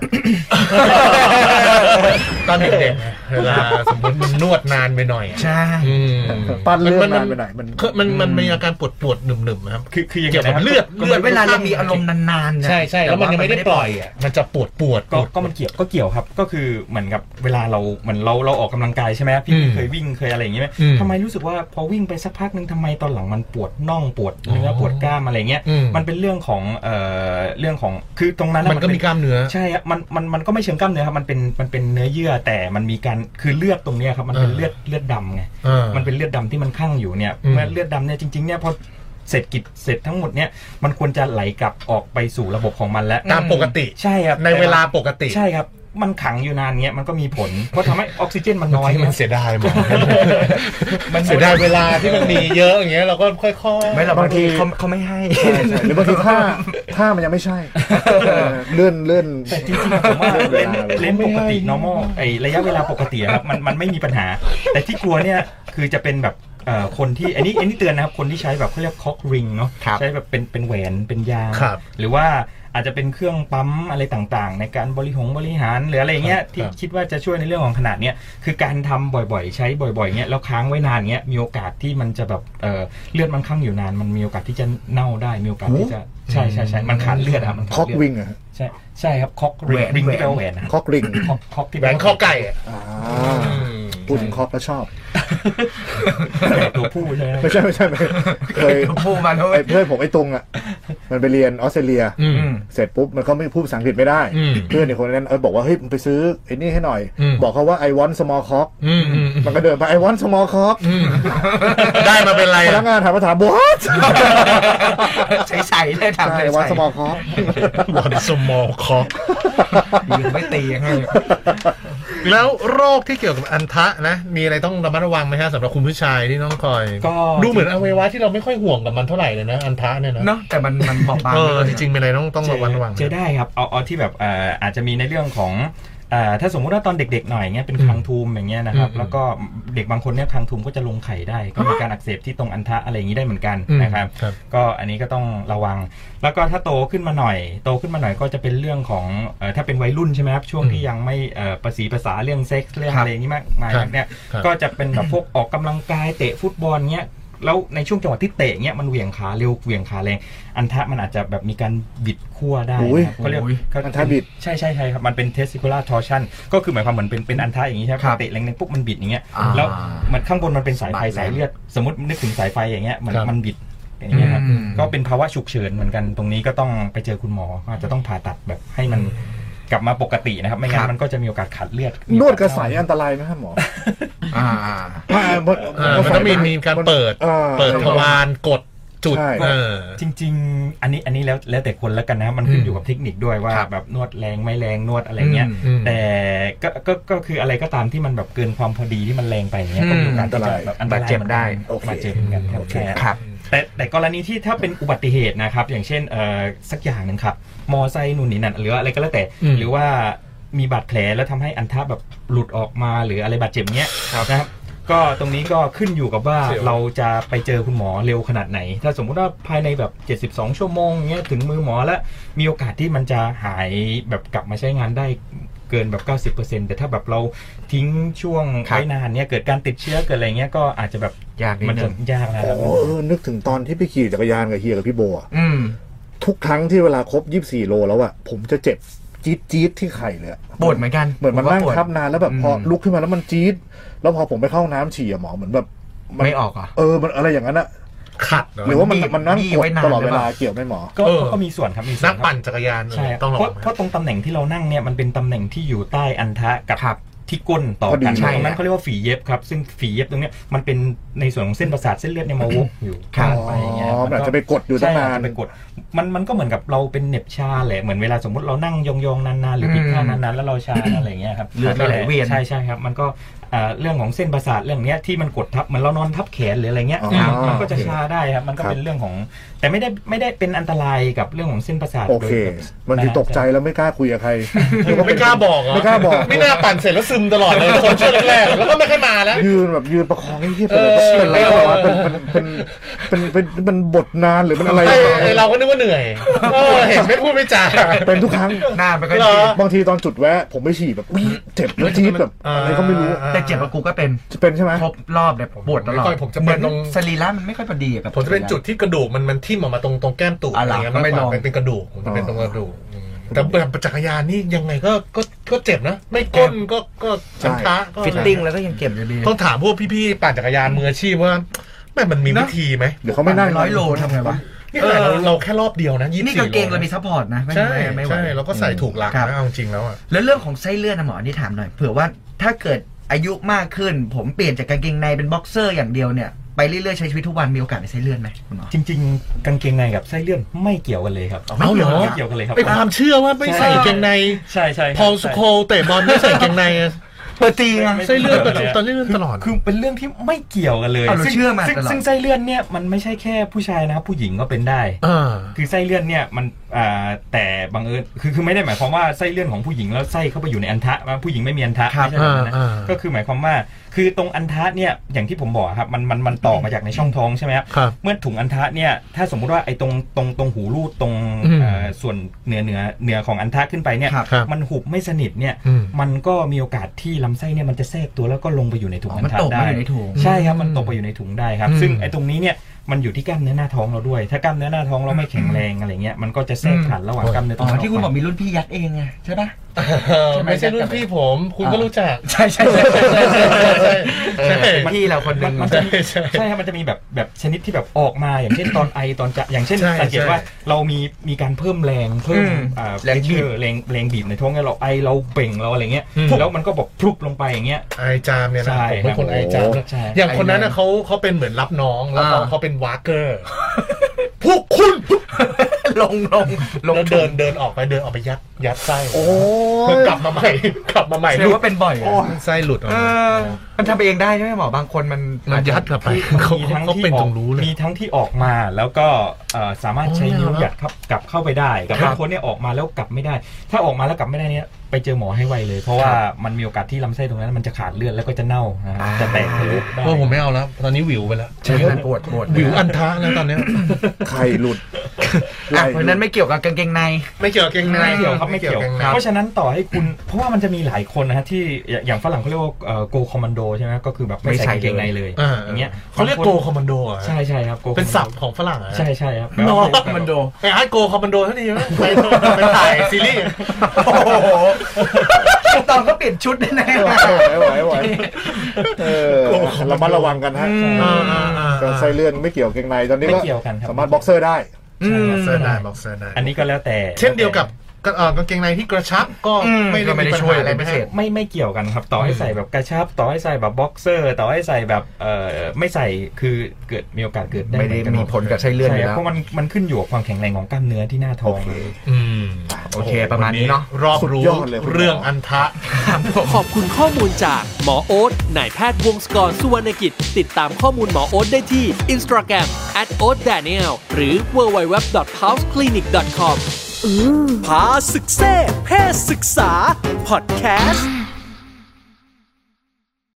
[SPEAKER 3] ตอนเด็กๆเวลาสมมติมันนวดนานไปหน่อยอะ
[SPEAKER 4] ใช่
[SPEAKER 3] อืม
[SPEAKER 6] ปั้นเรื่องนานไปหน่อยมัน
[SPEAKER 3] คือมันมันมีอาการปวดปวดๆหนึบๆนะครับ
[SPEAKER 5] คือคือยังไง
[SPEAKER 3] เกี่ยวกับ
[SPEAKER 5] นะครับ
[SPEAKER 3] เลือด
[SPEAKER 4] เหมือนเวลาเรามีอารมณ์นานๆเนี่ย
[SPEAKER 3] ใช่ใช่แล้วมันยังไม่ได้ปล่อยอ่ะมันจะปวดปวดๆ
[SPEAKER 5] ก็ก็มันเกี่ยวก็เกี่ยวครับ ก็คือเหมือนกับเวลาเราเหมือนเราเราออกกำลังกายใช่ไหมพี่
[SPEAKER 3] อืม
[SPEAKER 5] เคยวิ่งเคยอะไรอย่างเงี้ยไหม
[SPEAKER 3] อืม
[SPEAKER 5] ทำไมรู้สึกว่าพอวิ่งไปสักพักหนึ่งทำไมตอนหลังมันปวดน่องปวดเนื้ออปวดกล้ามอะไรเงี้ย
[SPEAKER 3] อืม
[SPEAKER 5] มันเป็นเรื่องของเอ่อเรื่องของคือตรงนั้นนะ
[SPEAKER 3] มันก็
[SPEAKER 5] เป็
[SPEAKER 3] มีกล้ามเนื้อ
[SPEAKER 5] ใช่ครับมันมันมันก็ไม่เชิงกล้ามเนื้อครับมันเป็นมันเป็นเนื้อเยื่อแต่มันมีการคือเลือดตรงเนี้ยครับมันเป็น
[SPEAKER 3] อ่า
[SPEAKER 5] เลือดเลือดดำไง
[SPEAKER 3] อ่ามั
[SPEAKER 5] มันเป็นเลือดดำที่มันคั่งอยู่เนี่ย
[SPEAKER 3] อืม
[SPEAKER 5] เมื่อเลือดดำเนี่ยจริงๆเนี่ยพอเสร็จกิจเสร็จทั้งหมดเนี่ยมันควรจะไหลกลับออกไปสู่ระบบของมันแล้ว
[SPEAKER 3] ตามปกติ
[SPEAKER 5] ใช่ครับ
[SPEAKER 3] ในเวลาปกติ
[SPEAKER 5] ใช่ครับ มันขังอยู่นานเงี้ยมันก็มีผลเพราะทำให้ออกซิเจนมันน้อย
[SPEAKER 3] ที่มันเสียดายหมอ มันเสียดายเวลาที่มันมีเยอะอย่างเงี้ยเราก็ค่อยๆ
[SPEAKER 4] ไม่หรอก
[SPEAKER 6] บา
[SPEAKER 4] บาง ง
[SPEAKER 6] ที
[SPEAKER 4] ทีเขาเขาไม่ให้
[SPEAKER 6] ใช่ใช่หรือบางทีท่าท่ามันยังไม่ใช่เออเลื่อนเลื่อน
[SPEAKER 5] แต่จริงๆผมว่า
[SPEAKER 6] เว
[SPEAKER 5] เล่น
[SPEAKER 6] ลาเลย
[SPEAKER 5] เล่นปกติ normal ไอระยะเวลาปกติอะครับมันมันไม่มีปัญหา แต่ที่กลัวเนี่ยคือจะเป็นแบบเอ่อคนที่อันนี้อันนี้เตือนนะครับคนที่ใช้แบบเขาเรียก cock ring เนาะ
[SPEAKER 4] ครับ
[SPEAKER 5] ใช้แบบเป็นเป็นแหวนเป็นยาง
[SPEAKER 3] ครับ
[SPEAKER 5] หรือว่าอาจจะเป็นเครื่องปั๊มอะไรต่างๆ ในการบริหงบริหารหรืออะไรเงี้ยที่
[SPEAKER 3] ครับ
[SPEAKER 5] คิดว่าจะช่วยในเรื่องของขนาดเนี้ยคือการทำบ่อยๆ ใช้บ่อยๆเงี้ยแล้วค้างไว้นานเงี้ยมีโอกาสที่มันจะแบบเอ่อเลือดมันคั่งอยู่นาน มันมีโอกาสที่จะเน่าได้มีโอกาสที่จะใช่ใช่ใช่มันขาดเลือดอะมันขาด
[SPEAKER 6] คอก
[SPEAKER 5] เลือด
[SPEAKER 6] วิงอะ
[SPEAKER 5] ใช่ใช่ครับคอก
[SPEAKER 4] แหวน
[SPEAKER 5] ริง
[SPEAKER 4] แหวน
[SPEAKER 5] ที่แปลว่าแหวนนะ
[SPEAKER 6] คอกริง
[SPEAKER 5] คอกคอกที่
[SPEAKER 3] แหวนข้อไก่อะ
[SPEAKER 6] อ่า
[SPEAKER 3] อืม
[SPEAKER 6] พูดถึงคอกแล้วชอบ
[SPEAKER 5] แหวนตัวผู้ใช่ไหม
[SPEAKER 6] ไม่ใช่ไม่ใช่ไม่ใช่เคย
[SPEAKER 4] พูดมาแล้ว
[SPEAKER 6] ไอ้เพื่อนผมไอ้ตรงอ่ะ มันไปเรียนออสเตรเลีย
[SPEAKER 3] อืม
[SPEAKER 6] เสร็จปุ๊บมันก็ไม่พูดภาษาอังกฤษไม่ได้
[SPEAKER 3] อืม
[SPEAKER 6] เพื่อนอีกคนนั้นเออบอกว่าเฮ้ยมึงไปซื้อไอ้นี่ให้หน่อย
[SPEAKER 3] อืม
[SPEAKER 6] บอกเขาว่า I want small cock
[SPEAKER 3] อืมอืม
[SPEAKER 6] มันก็เดินไป I want small cock
[SPEAKER 3] อืมได้มาเป็นไร
[SPEAKER 6] พนั
[SPEAKER 3] อะ
[SPEAKER 6] กงานถามมาถาม what
[SPEAKER 4] ใส่ ใส่ได้ทำ
[SPEAKER 6] ใช่
[SPEAKER 4] ใส่
[SPEAKER 6] want
[SPEAKER 4] ใส่
[SPEAKER 6] small cock
[SPEAKER 3] วันสมอลคอก
[SPEAKER 4] ยืนไม่ตีให้
[SPEAKER 3] แล้วโรคที่เกี่ยวกับอันทะนะ มีอะไรต้องระมัดระวังไหมฮะสำหรับคุณผู้ชายที่ต้องคอย
[SPEAKER 5] ก็
[SPEAKER 3] ดูเหมือนอวัยวะที่เราไม่ค่อยห่วงกับมันเท่าไหร่เลยนะ อันทะเนี่ยนะ
[SPEAKER 4] เนาะแต่มันมันบอบบาง
[SPEAKER 3] เออ
[SPEAKER 4] ลย
[SPEAKER 3] จริงๆมีอะไรต้องต้อง
[SPEAKER 5] เจ
[SPEAKER 3] ระวังระวัง
[SPEAKER 5] เจอได้ครับเอาเอาที่แบบเอ่ออาจจะมีในเรื่องของเอ่อถ้าสมมุติว่าตอนเด็กๆหน่อยเงี้ยเป็นคังทูมอย่างเงี้ยนะครับ
[SPEAKER 3] อืม
[SPEAKER 5] แล้วก็เด็กบางคนเนี่ยคังทูมก็จะลงไข่ได้ ก็มีการอักเสบที่ตรงอันทะอะไรอย่างนี้ได้เหมือนกัน
[SPEAKER 3] อืม
[SPEAKER 5] นะครับ
[SPEAKER 3] ครับ
[SPEAKER 5] ก็อันนี้ก็ต้องระวัง แล้วก็ถ้าโตขึ้นมาหน่อย โตขึ้นมาหน่อยก็จะเป็นเรื่องของเอ่อถ้าเป็นวัยรุ่นใช่ไหมครับช่วงที่ยังไม่เอ่อประสีภาษาเรื่องเซ็กส์เรื่องอะไรอย่างนี้มากมาย
[SPEAKER 3] ครับ
[SPEAKER 5] เนี่ย
[SPEAKER 3] ครับ
[SPEAKER 5] ก็จะเป็นแบบพวกออกกำลังกายเตะฟุตบอลเนี้ย แล้วในช่วงจังหวะที่เตะเงี้ยมันเหวี่ยงขาเร็วเหวี่ยงขาแรงอันทะมันอาจจะแบบมีการบิดขั้วได้
[SPEAKER 6] โอ้ย
[SPEAKER 5] นะครับเขาเรียก
[SPEAKER 6] โอ้ย
[SPEAKER 5] เขา
[SPEAKER 6] อันทะบิด
[SPEAKER 5] ใช่ใช่ใช่ครับมันเป็น testicular torsion ก็คือหมายความเหมือนเป็นเป็นอันทะอย่างนี้ใช่ไหม
[SPEAKER 4] ครับ
[SPEAKER 5] เตะแรงๆปุ๊บมันบิดอย่างเงี้ย
[SPEAKER 4] อ่า
[SPEAKER 5] แล้วมันข้างบนมันเป็นสายไฟ
[SPEAKER 4] บาดแรง
[SPEAKER 5] สายเลือดสมมตินึกถึงสายไฟอย่างเงี้ยมัน
[SPEAKER 3] ครับ
[SPEAKER 5] มันบิดอย่างเงี้ยครับ
[SPEAKER 4] อืม
[SPEAKER 5] ก็เป็นภาวะฉุกเฉินเหมือนกันตรงนี้ก็ต้องไปเจอคุณหมออาจจะต้องผ่าตัดแบบให้มันกลับมาปกตินะครับไม่งั้นมันก็จะมีโอกาสขาดเลือดมี
[SPEAKER 6] น
[SPEAKER 5] โอาว ส
[SPEAKER 6] ดกระใส
[SPEAKER 5] เน่า
[SPEAKER 6] อันตรายไหมครับหมอ
[SPEAKER 4] อ่า
[SPEAKER 6] ไม่มัน
[SPEAKER 3] เออมันต้องมีมีการเปิด
[SPEAKER 6] อ่า
[SPEAKER 3] เปิดทวารกดจุด
[SPEAKER 6] ใช่
[SPEAKER 3] เออ
[SPEAKER 5] จริงๆ อันนี้อันนี้แล้วแล้วแต่คนแล้วกันนะมันขึ้
[SPEAKER 3] อืม
[SPEAKER 5] นอยู่กับเทคนิคด้วยว่า
[SPEAKER 4] ครับ
[SPEAKER 5] แบบนวดแรงไม่แรงนวดอะไรเงี้ย
[SPEAKER 4] อืม
[SPEAKER 3] อืม
[SPEAKER 5] แต่ก็ก็ก็คืออะไรก็ตามที่มันแบบเกินความพอดีที่มันแรงไปเงี้ย
[SPEAKER 4] อืม
[SPEAKER 5] ก็มีโอกาสที่จะแบบอันตราย
[SPEAKER 4] บาดเจ็บได้
[SPEAKER 5] หมือนกันบาดเจ็บเหมือนกันครับแต่
[SPEAKER 4] ครับ
[SPEAKER 5] แต่แต่กรณีที่ถ้าเป็นอุบัติเหตุนะครับ อย่างเช่นเอ่อสักอย่างหนึ่งครับ มอไซค์นู่นนี่นั่นหรืออะไรก็แล้วแต่
[SPEAKER 3] อืม
[SPEAKER 5] หรือว่ามีบาดแผลแล้วทำให้อันทะแบบหลุดออกมาหรืออะไรบาดเจ็บเงี้ยนะครับ ก็ตรงนี้ก็ขึ้นอยู่กับว่าเราจะไปเจอคุณหมอเร็วขนาดไหน ถ้าสมมุติว่าภายในแบบ 72 ชั่วโมงเงี้ยถึงมือหมอแล้วมีโอกาสที่มันจะหายแบบกลับมาใช้งานได้เกินแบบ 90%แต่ถ้าแบบเราทิ้งช่วง
[SPEAKER 4] ครับ
[SPEAKER 5] ไว้นานเนี่ยเกิดการติดเชื้อเกิดอะไรเงี้ยก็อาจจะแบบ
[SPEAKER 4] ยากนิด
[SPEAKER 5] มัจะ
[SPEAKER 4] นึง
[SPEAKER 5] ยากนะค
[SPEAKER 6] โอ้
[SPEAKER 5] รับ
[SPEAKER 6] โหเออนึกถึงตอนที่ไปขี่จักรยานกับเฮียกับพี่โบอะ
[SPEAKER 4] อืม
[SPEAKER 6] ทุกครั้งที่เวลาครบ 24 โลแล้วอะผมจะเจ็บจี๊ดจี๊ดที่ไข่เลยอะ
[SPEAKER 4] ปวดเหมือนกัน
[SPEAKER 6] เหมือนมัน
[SPEAKER 4] ผมว่า
[SPEAKER 6] นั่ง
[SPEAKER 4] ปวด
[SPEAKER 6] ทับนานแล้วแบบ
[SPEAKER 4] อืม
[SPEAKER 6] พอลุกขึ้นมาแล้วมันจี๊ดแล้วพอผมไปเข้าห้องน้ำฉี่อะหมอเหมือนแบบน
[SPEAKER 4] ไม่ออกเหรอ่ะ
[SPEAKER 6] เออมันอะไรอย่างนั้นอะ
[SPEAKER 3] ขัดเหรอ
[SPEAKER 6] หรือว่ามัน
[SPEAKER 4] มันบีบ
[SPEAKER 6] มันนั่ง
[SPEAKER 4] บีบ
[SPEAKER 6] กด
[SPEAKER 4] ไว้นาน
[SPEAKER 6] ตลอด
[SPEAKER 4] หรื
[SPEAKER 6] เว
[SPEAKER 4] อเป
[SPEAKER 6] ลา
[SPEAKER 4] ล่า
[SPEAKER 6] เกี่ยวไหม่หมอ
[SPEAKER 5] ก็
[SPEAKER 3] เออ
[SPEAKER 5] ก็มีส่วนครับมีส่ว
[SPEAKER 3] นั
[SPEAKER 5] ค
[SPEAKER 3] ก
[SPEAKER 5] รับ
[SPEAKER 3] ปั่นจักรยาน
[SPEAKER 5] ใช่ครับ
[SPEAKER 3] ต้องระ
[SPEAKER 5] เพ
[SPEAKER 3] วั
[SPEAKER 5] ราะ
[SPEAKER 3] ง
[SPEAKER 5] เพราะตรงตำแหน่งที่เรานั่งเนี่ยมันเป็นตำแหน่งที่อยู่ใต้อันทะกับ
[SPEAKER 4] ครับ
[SPEAKER 5] ที่ก้นต่อ
[SPEAKER 6] พอดี
[SPEAKER 5] กัน
[SPEAKER 4] ใช่
[SPEAKER 5] ตรงนั้น
[SPEAKER 4] ฮะ
[SPEAKER 5] เขาเรียกว่าฝีเย็บครับ ซึ่งฝีเย็บตรงเนี้ยมันเป็นในส่วนของเส้นประสาทเส้นเลือดเนี่ยมาวกอยู่
[SPEAKER 4] ครับ
[SPEAKER 5] ข้างไปอย่างเงี้ย
[SPEAKER 6] อ๋อมันอาจจะไปกดอยู่ตั้ง
[SPEAKER 5] ใช่
[SPEAKER 6] นาน
[SPEAKER 5] มัจะไปกดมันมันก็เหมือนกับเราเป็นเหน็บชาแหละเหมือนเวลาสมมติเรานั่งยองๆนานๆหรือพิกท่านานๆแล้วเราชาอะไรอย่างเงี้ยครับ
[SPEAKER 4] เลือดไม่ไหลเวียน
[SPEAKER 5] ใช่ใช่ครับมันก็เอ่อเรื่องของเส้นประสาทเรื่องเนี้ยที่มันกดทับเหมือนเรานอนทับแขนหรืออะไรเงี้ย
[SPEAKER 6] อ๋อ
[SPEAKER 5] มันมันก็จะ
[SPEAKER 6] โอเค
[SPEAKER 5] ชาได้ครับมันก็เป็นเรื่องของ แต่ไม่ได้ไม่ได้เป็นอันตรายกับเรื่องของเส้นประสาท
[SPEAKER 6] โอ
[SPEAKER 5] โด
[SPEAKER 6] เค
[SPEAKER 5] ยแบบ
[SPEAKER 6] มันถึงตกใจแล้วไม่กล้าคุยกับใคร
[SPEAKER 3] ไม่กล้าบอกเหรอ
[SPEAKER 6] ไม่กล้าบอก
[SPEAKER 3] ไม่น่าปั่นเสร็จแล้วซึมตลอดเลยคนช่วงแรกๆแล้วก็ไม่ค่อยมาแล้ว
[SPEAKER 6] ยืนแบบยืนประคองไอ้เหี้ย
[SPEAKER 3] เออ
[SPEAKER 6] เป็นอะไรวะเป็นเป็นเป็นเป็นเป็นเป็นเป็นบทนานหรือเป็นอะไร
[SPEAKER 3] ไอ้ไอ้เราก็นึกว่าเหนื่อยเออเห็นไม่พูดไม่จา
[SPEAKER 6] เป็นทุกครั้ง
[SPEAKER 4] หน้ามันก็
[SPEAKER 3] เหรอ
[SPEAKER 6] บางทีตอนจุดแวะ ผมไม่ฉี่แบบอุ๊ยเจ็บแล้วจี๊ดแบบอะไรก็ไม่รู้
[SPEAKER 4] แต่เจ็บกับกูก็เป็น
[SPEAKER 6] จะเป็นใช่ไหม
[SPEAKER 4] ครบรอบเลยผมปวดตลอด
[SPEAKER 3] ไม่ค่อยผมจะ
[SPEAKER 4] เห
[SPEAKER 3] เป็
[SPEAKER 4] มื
[SPEAKER 3] น
[SPEAKER 4] อน
[SPEAKER 3] ตรง
[SPEAKER 4] สรีระมันไม่ค่อยพอดีอะกับ
[SPEAKER 3] ผมจะเป็นจุดที่กระดูกมันมันทิ่มออกมาตรงตรงแก้มตูด
[SPEAKER 4] อ่ะ
[SPEAKER 3] อะไร
[SPEAKER 4] เหรอ
[SPEAKER 3] เงี้ยมาก
[SPEAKER 4] ไม่
[SPEAKER 3] ก
[SPEAKER 4] ลอ
[SPEAKER 3] ว่าง เป็นเป็นกระดูกผมจะเป็นตรงกระดูกอืมแต่แบบจักรยานนี่ยังไงก็ก็ก็เจ็บนะ ไม่ก้นก็ก็ชั
[SPEAKER 6] ใช่
[SPEAKER 3] นท้าก็อะไร
[SPEAKER 4] ฟิตติ้งแล้วก็ยังเก็บอยู่ดี
[SPEAKER 3] ต้องถามพวกพี่ๆปั่นจักรยานมืออาชีพว่าแม่มันมีวิธีไหม
[SPEAKER 6] เดี๋ยวเขาไม่นั่ง
[SPEAKER 4] ร้อยโลทำไงวะ
[SPEAKER 3] นี่ขนาดเราเราแค่รอบเดียวนะยี่สิบ
[SPEAKER 4] นี่กางเกงเรามีซัพพอร์ตนะไม่
[SPEAKER 3] ใช่
[SPEAKER 4] ไม่ไม่ไหว
[SPEAKER 3] ใช่เราก็ใส่ถูกหลัก
[SPEAKER 4] ครับ
[SPEAKER 3] นะเอาจริงแล้วอ่ะ
[SPEAKER 4] แล้วเรื่องของไส้เลื่อนนะหมอนี่ถามหน่อยเผื่อว่าถ้าเกิดอายุมากขึ้น ผมเปลี่ยนจากกางเกงในเป็นบ็อกเซอร์อย่างเดียวเนี่ยไปเรื่อยๆใช้ชีวิตทุกวันมีโอกาสเป็นไส้เลื่อนไหมคุณหมอ
[SPEAKER 5] จริงๆ กางเกงในกับไส้เลื่อนไม่เกี่ยวกันเลยครับ
[SPEAKER 3] เอาเหรอ
[SPEAKER 5] ไม่เกี่ยวกันเลยครับ
[SPEAKER 3] ไอความเชื่อว่าไม่ใส่
[SPEAKER 5] ใช่
[SPEAKER 3] กางเกงใน
[SPEAKER 5] ใช่ใช่
[SPEAKER 3] พอลสุโคลเตะบอลไม่ใส่กางเกงในอะ
[SPEAKER 4] เปิดตีไง
[SPEAKER 5] ไม่
[SPEAKER 3] ไส้เลือด
[SPEAKER 5] ไม่
[SPEAKER 3] ตอนนี้เลือดตลอด
[SPEAKER 5] คือเป็นเรื่องที่ไม่เกี่ยวกันเลย
[SPEAKER 4] เอาเรา
[SPEAKER 5] ซึ่ง
[SPEAKER 4] เชื่อมา
[SPEAKER 5] ซึ่ง
[SPEAKER 4] ตลอด
[SPEAKER 5] ซึ่งไส้เลื่อนเนี่ยมันไม่ใช่แค่ผู้ชายนะครับผู้หญิงก็เป็นได้
[SPEAKER 3] อ่า
[SPEAKER 5] คือไส้เลื่อนเนี่ยมันอ่าแต่บังเอิญคือคือไม่ได้หมายความว่าไส้เลื่อนของผู้หญิงแล้วไส้เข้าไปอยู่ในอันทะว่าผู้หญิงไม่มีอันทะ
[SPEAKER 4] ครับ
[SPEAKER 5] ไม่ใช่แบบนั้นนะ
[SPEAKER 3] อ่าอ่า
[SPEAKER 5] ก็คือหมายความว่าคือตรงอันทะเนี่ยอย่างที่ผมบอกครับมันมันมันต่อมาจากในช่องท้องใช่ไหมครับ
[SPEAKER 3] ครับ
[SPEAKER 5] เมื่อถุงอันทะเนี่ยถ้าสมมุติว่าไอ้ตรงตรงตรงหูรูดตรง
[SPEAKER 3] อืม
[SPEAKER 5] เอ่อส่วนเหนือเหนือเหนือของอันทะขึ้นไปเนี่ย
[SPEAKER 4] ครับ
[SPEAKER 3] ครับ
[SPEAKER 5] มันหุบไม่สนิทเนี่ย
[SPEAKER 3] อืม
[SPEAKER 5] มันก็มีโอกาสที่ลำไส้เนี่ยมันจะแทรกตัวแล้วก็ลงไปอยู่ในถุง
[SPEAKER 4] อ๋อ
[SPEAKER 5] อัน
[SPEAKER 4] มัน
[SPEAKER 5] ทะ
[SPEAKER 4] ตกมา
[SPEAKER 5] ได้
[SPEAKER 4] อยู่ในถุง
[SPEAKER 5] ใช่ครับ มันตกไปอยู่ในถุงได้ครับ
[SPEAKER 3] อืม
[SPEAKER 5] ซึ่งไอ้ตรงนี้เนี่ยมันอยู่ที่กล้ามเนื้อหน้าท้องเราด้วย ถ้ากล้ามเนื้อหน้าท้องเราไม่แข็งแรงอะไรเงี้ยมันก็จะแทรกขัดระหว่าง
[SPEAKER 3] อืม
[SPEAKER 5] กล้ามเนื้อ
[SPEAKER 4] อ๋
[SPEAKER 5] ท้อง
[SPEAKER 4] อ
[SPEAKER 5] เรา
[SPEAKER 4] ที่คุณบอกมีรุ่นพี่ยัดเองไงใช่ปะ ใช่ไหม
[SPEAKER 3] ไม่ใช่รุ่นพี่ผม คุณก็รู้จัก
[SPEAKER 4] ใช่ใช่ใช่
[SPEAKER 3] ใช่
[SPEAKER 4] พี่เราคนหนึ่ง
[SPEAKER 5] มันจะมี
[SPEAKER 3] ใช่
[SPEAKER 5] ใช่ครับมันจะมีแบบแบบชนิดที่แบบออกมาอย่างเช่น ตอนไอตอนจะอย่างเช่น
[SPEAKER 3] ใช่
[SPEAKER 5] สังเกต
[SPEAKER 3] ใช่
[SPEAKER 5] ว่าเรามีมีการเพิ่มแรงเพิ่ม
[SPEAKER 4] อืม
[SPEAKER 5] อ่า
[SPEAKER 4] แรงบีบ
[SPEAKER 5] เออแรงแรงบีบในท้องเนี่ยเราไอเราเบ่งเราอะไรเงี้ยแล้วมันก็แบบพลุบลงไปอย่างเงี้ย
[SPEAKER 3] ไอจามเนี่ยนะ
[SPEAKER 5] ใช่
[SPEAKER 3] ผมเป็นคน
[SPEAKER 5] ครับ
[SPEAKER 3] ไอจามนะ
[SPEAKER 5] ใช่
[SPEAKER 3] อย่างคนนั้นนะเขาเขาเป็นเหมือนรับน้องแล้วเขา
[SPEAKER 4] อ่า
[SPEAKER 3] เขาเป็นวากเกอร์ พวก คุณ
[SPEAKER 4] ลงลงลง
[SPEAKER 3] แล้วเดินเดินออกไปเดินออกไปยัดยัดไส้
[SPEAKER 6] โอ้
[SPEAKER 3] แล้ว
[SPEAKER 6] ย
[SPEAKER 3] กลับมาใหม่ กลับมาใหม่
[SPEAKER 4] แสดงว่าเป็นบ่อยอะ
[SPEAKER 3] โอ้ยไส้หลุดออก
[SPEAKER 4] เอ
[SPEAKER 3] มา
[SPEAKER 4] อมันทำเองได้ใช่ไหมหมอบางคนมัน
[SPEAKER 3] มันยัดกลับไปเขา
[SPEAKER 5] มี
[SPEAKER 3] เขา
[SPEAKER 5] ทั้ง
[SPEAKER 3] เขา
[SPEAKER 5] ที่
[SPEAKER 3] เป็น
[SPEAKER 5] อ
[SPEAKER 3] ต
[SPEAKER 5] อ
[SPEAKER 3] ร
[SPEAKER 5] ก
[SPEAKER 3] งรู้เลย
[SPEAKER 5] มีทั้งที่ออกมาแล้วก็เอ่อสามารถใช้นิ้วหยัดครับกลับเข้าไปได้กับบางคนเนี่ยออกมาแล้วกลับไม่ได้ ถ้าออกมาแล้วกลับไม่ได้เนี่ยไปเจอหมอให้ไวเลย เพราะว่ามันมีโอกาสที่ลำไส้ตรงนั้นมันจะขาดเลือดแล้วก็จะเน่านะครับจะแตกทะลุได้
[SPEAKER 3] เพราะผมไม่เอาแล้ว ตอนนี้วิวไปแล้ว
[SPEAKER 4] ใช่มันปวดปวด
[SPEAKER 3] วิวอันท้าแล้วตอนเนี้ย
[SPEAKER 6] ขา ข่หลุด
[SPEAKER 4] อ่ะเพราะฉะนั้นไม่เกี่ยวกับกางเกงใน
[SPEAKER 3] ไม่เกี่ยวกับเกงใน
[SPEAKER 5] ไม่เกี่ยวครับไม่เกี่ยว
[SPEAKER 3] กางใน
[SPEAKER 5] เพราะฉะนั้นต่อให้คุณ เพราะว่ามันจะมีหลายคนนะฮะที่อย่างอย่างฝรั่งเขาเรียกว่าโกคอมมานโดใช่ไหมก็คือแบบไม่ใส่กางเกงในเลย
[SPEAKER 3] อ่า
[SPEAKER 5] อย่างเงี้ย
[SPEAKER 3] เขาเรียกโกคอมมานโดอ่ะ
[SPEAKER 5] ใช่ใช่ครับ Go
[SPEAKER 3] เป็น
[SPEAKER 5] Commando
[SPEAKER 3] ศัพท์ของฝรั่งอ่ะ
[SPEAKER 5] ใช่ใช่ครับ
[SPEAKER 3] โกคอมมานโด ไอ้ฮาร์ดโกคอมมานโดเท่านี้ไหมไปไปถ่ายซีรีส์โอ้โห
[SPEAKER 4] ตอนก็เปลี่ยนชุดแน่
[SPEAKER 6] ไหว
[SPEAKER 4] ๆ
[SPEAKER 6] ไหวไหวเออระมัดระวังกันฮะก็ไส้เลื่อนไม่เกี่ยวเกงในตอนนี้
[SPEAKER 5] ไม่เกี่ยวกันครับ
[SPEAKER 6] สามารถบ็อกเซอร์ได้
[SPEAKER 5] ใช่ครับ
[SPEAKER 3] เซอร์ได้บอกเซอร์ได้
[SPEAKER 5] อันนี้ก็แล้วแต่
[SPEAKER 3] เช่นเดียวกับกระเอ่อกางเกงในที่กระชับก็
[SPEAKER 4] อืม
[SPEAKER 3] ไม่
[SPEAKER 4] ก็
[SPEAKER 3] ได้
[SPEAKER 4] ไม่ได้
[SPEAKER 3] มีปัญ
[SPEAKER 4] ช่วย
[SPEAKER 3] หา
[SPEAKER 4] อะ
[SPEAKER 3] อะไรไร
[SPEAKER 4] พิ
[SPEAKER 3] ไม่
[SPEAKER 4] เศ
[SPEAKER 3] ใช่
[SPEAKER 4] ษ
[SPEAKER 5] ไม่ไม่เกี่ยวกันครับ ต่อให้ใส่แบบกระชับ ต่อให้ใส่แบบบ็อกเซอร์ ต่อให้ใส่แบบเอ่อไม่ใส่คือเกิดมีโอกาสเกิดได้
[SPEAKER 4] ไม่ได้
[SPEAKER 5] เหอนกัน
[SPEAKER 4] มีผลกับไส้เลื่อนอยู่
[SPEAKER 5] ใช่
[SPEAKER 4] แล้
[SPEAKER 5] เพ
[SPEAKER 4] ว
[SPEAKER 5] ราะมันมันขึ้นอยู่กับความแข็งแรงของกล้ามเนื้อที่หน้าท้อง
[SPEAKER 3] อืม
[SPEAKER 4] โอเคประมาณนี้เนาะ
[SPEAKER 3] รอบรู้
[SPEAKER 6] สุดยอดเลยคุณหมอ
[SPEAKER 3] เรื่องอันทะ
[SPEAKER 1] ขอบคุณข้อมูลจากหมอโอ๊ตนายแพทย์วงศกรสุวรรณกิจ ติดตามข้อมูลหมอโอ๊ตได้ที่ Instagram at o t d a n i e l หรือ www.houseclinic.com อืมพาศึกเซ่เพศศึกษา พอดแคสต์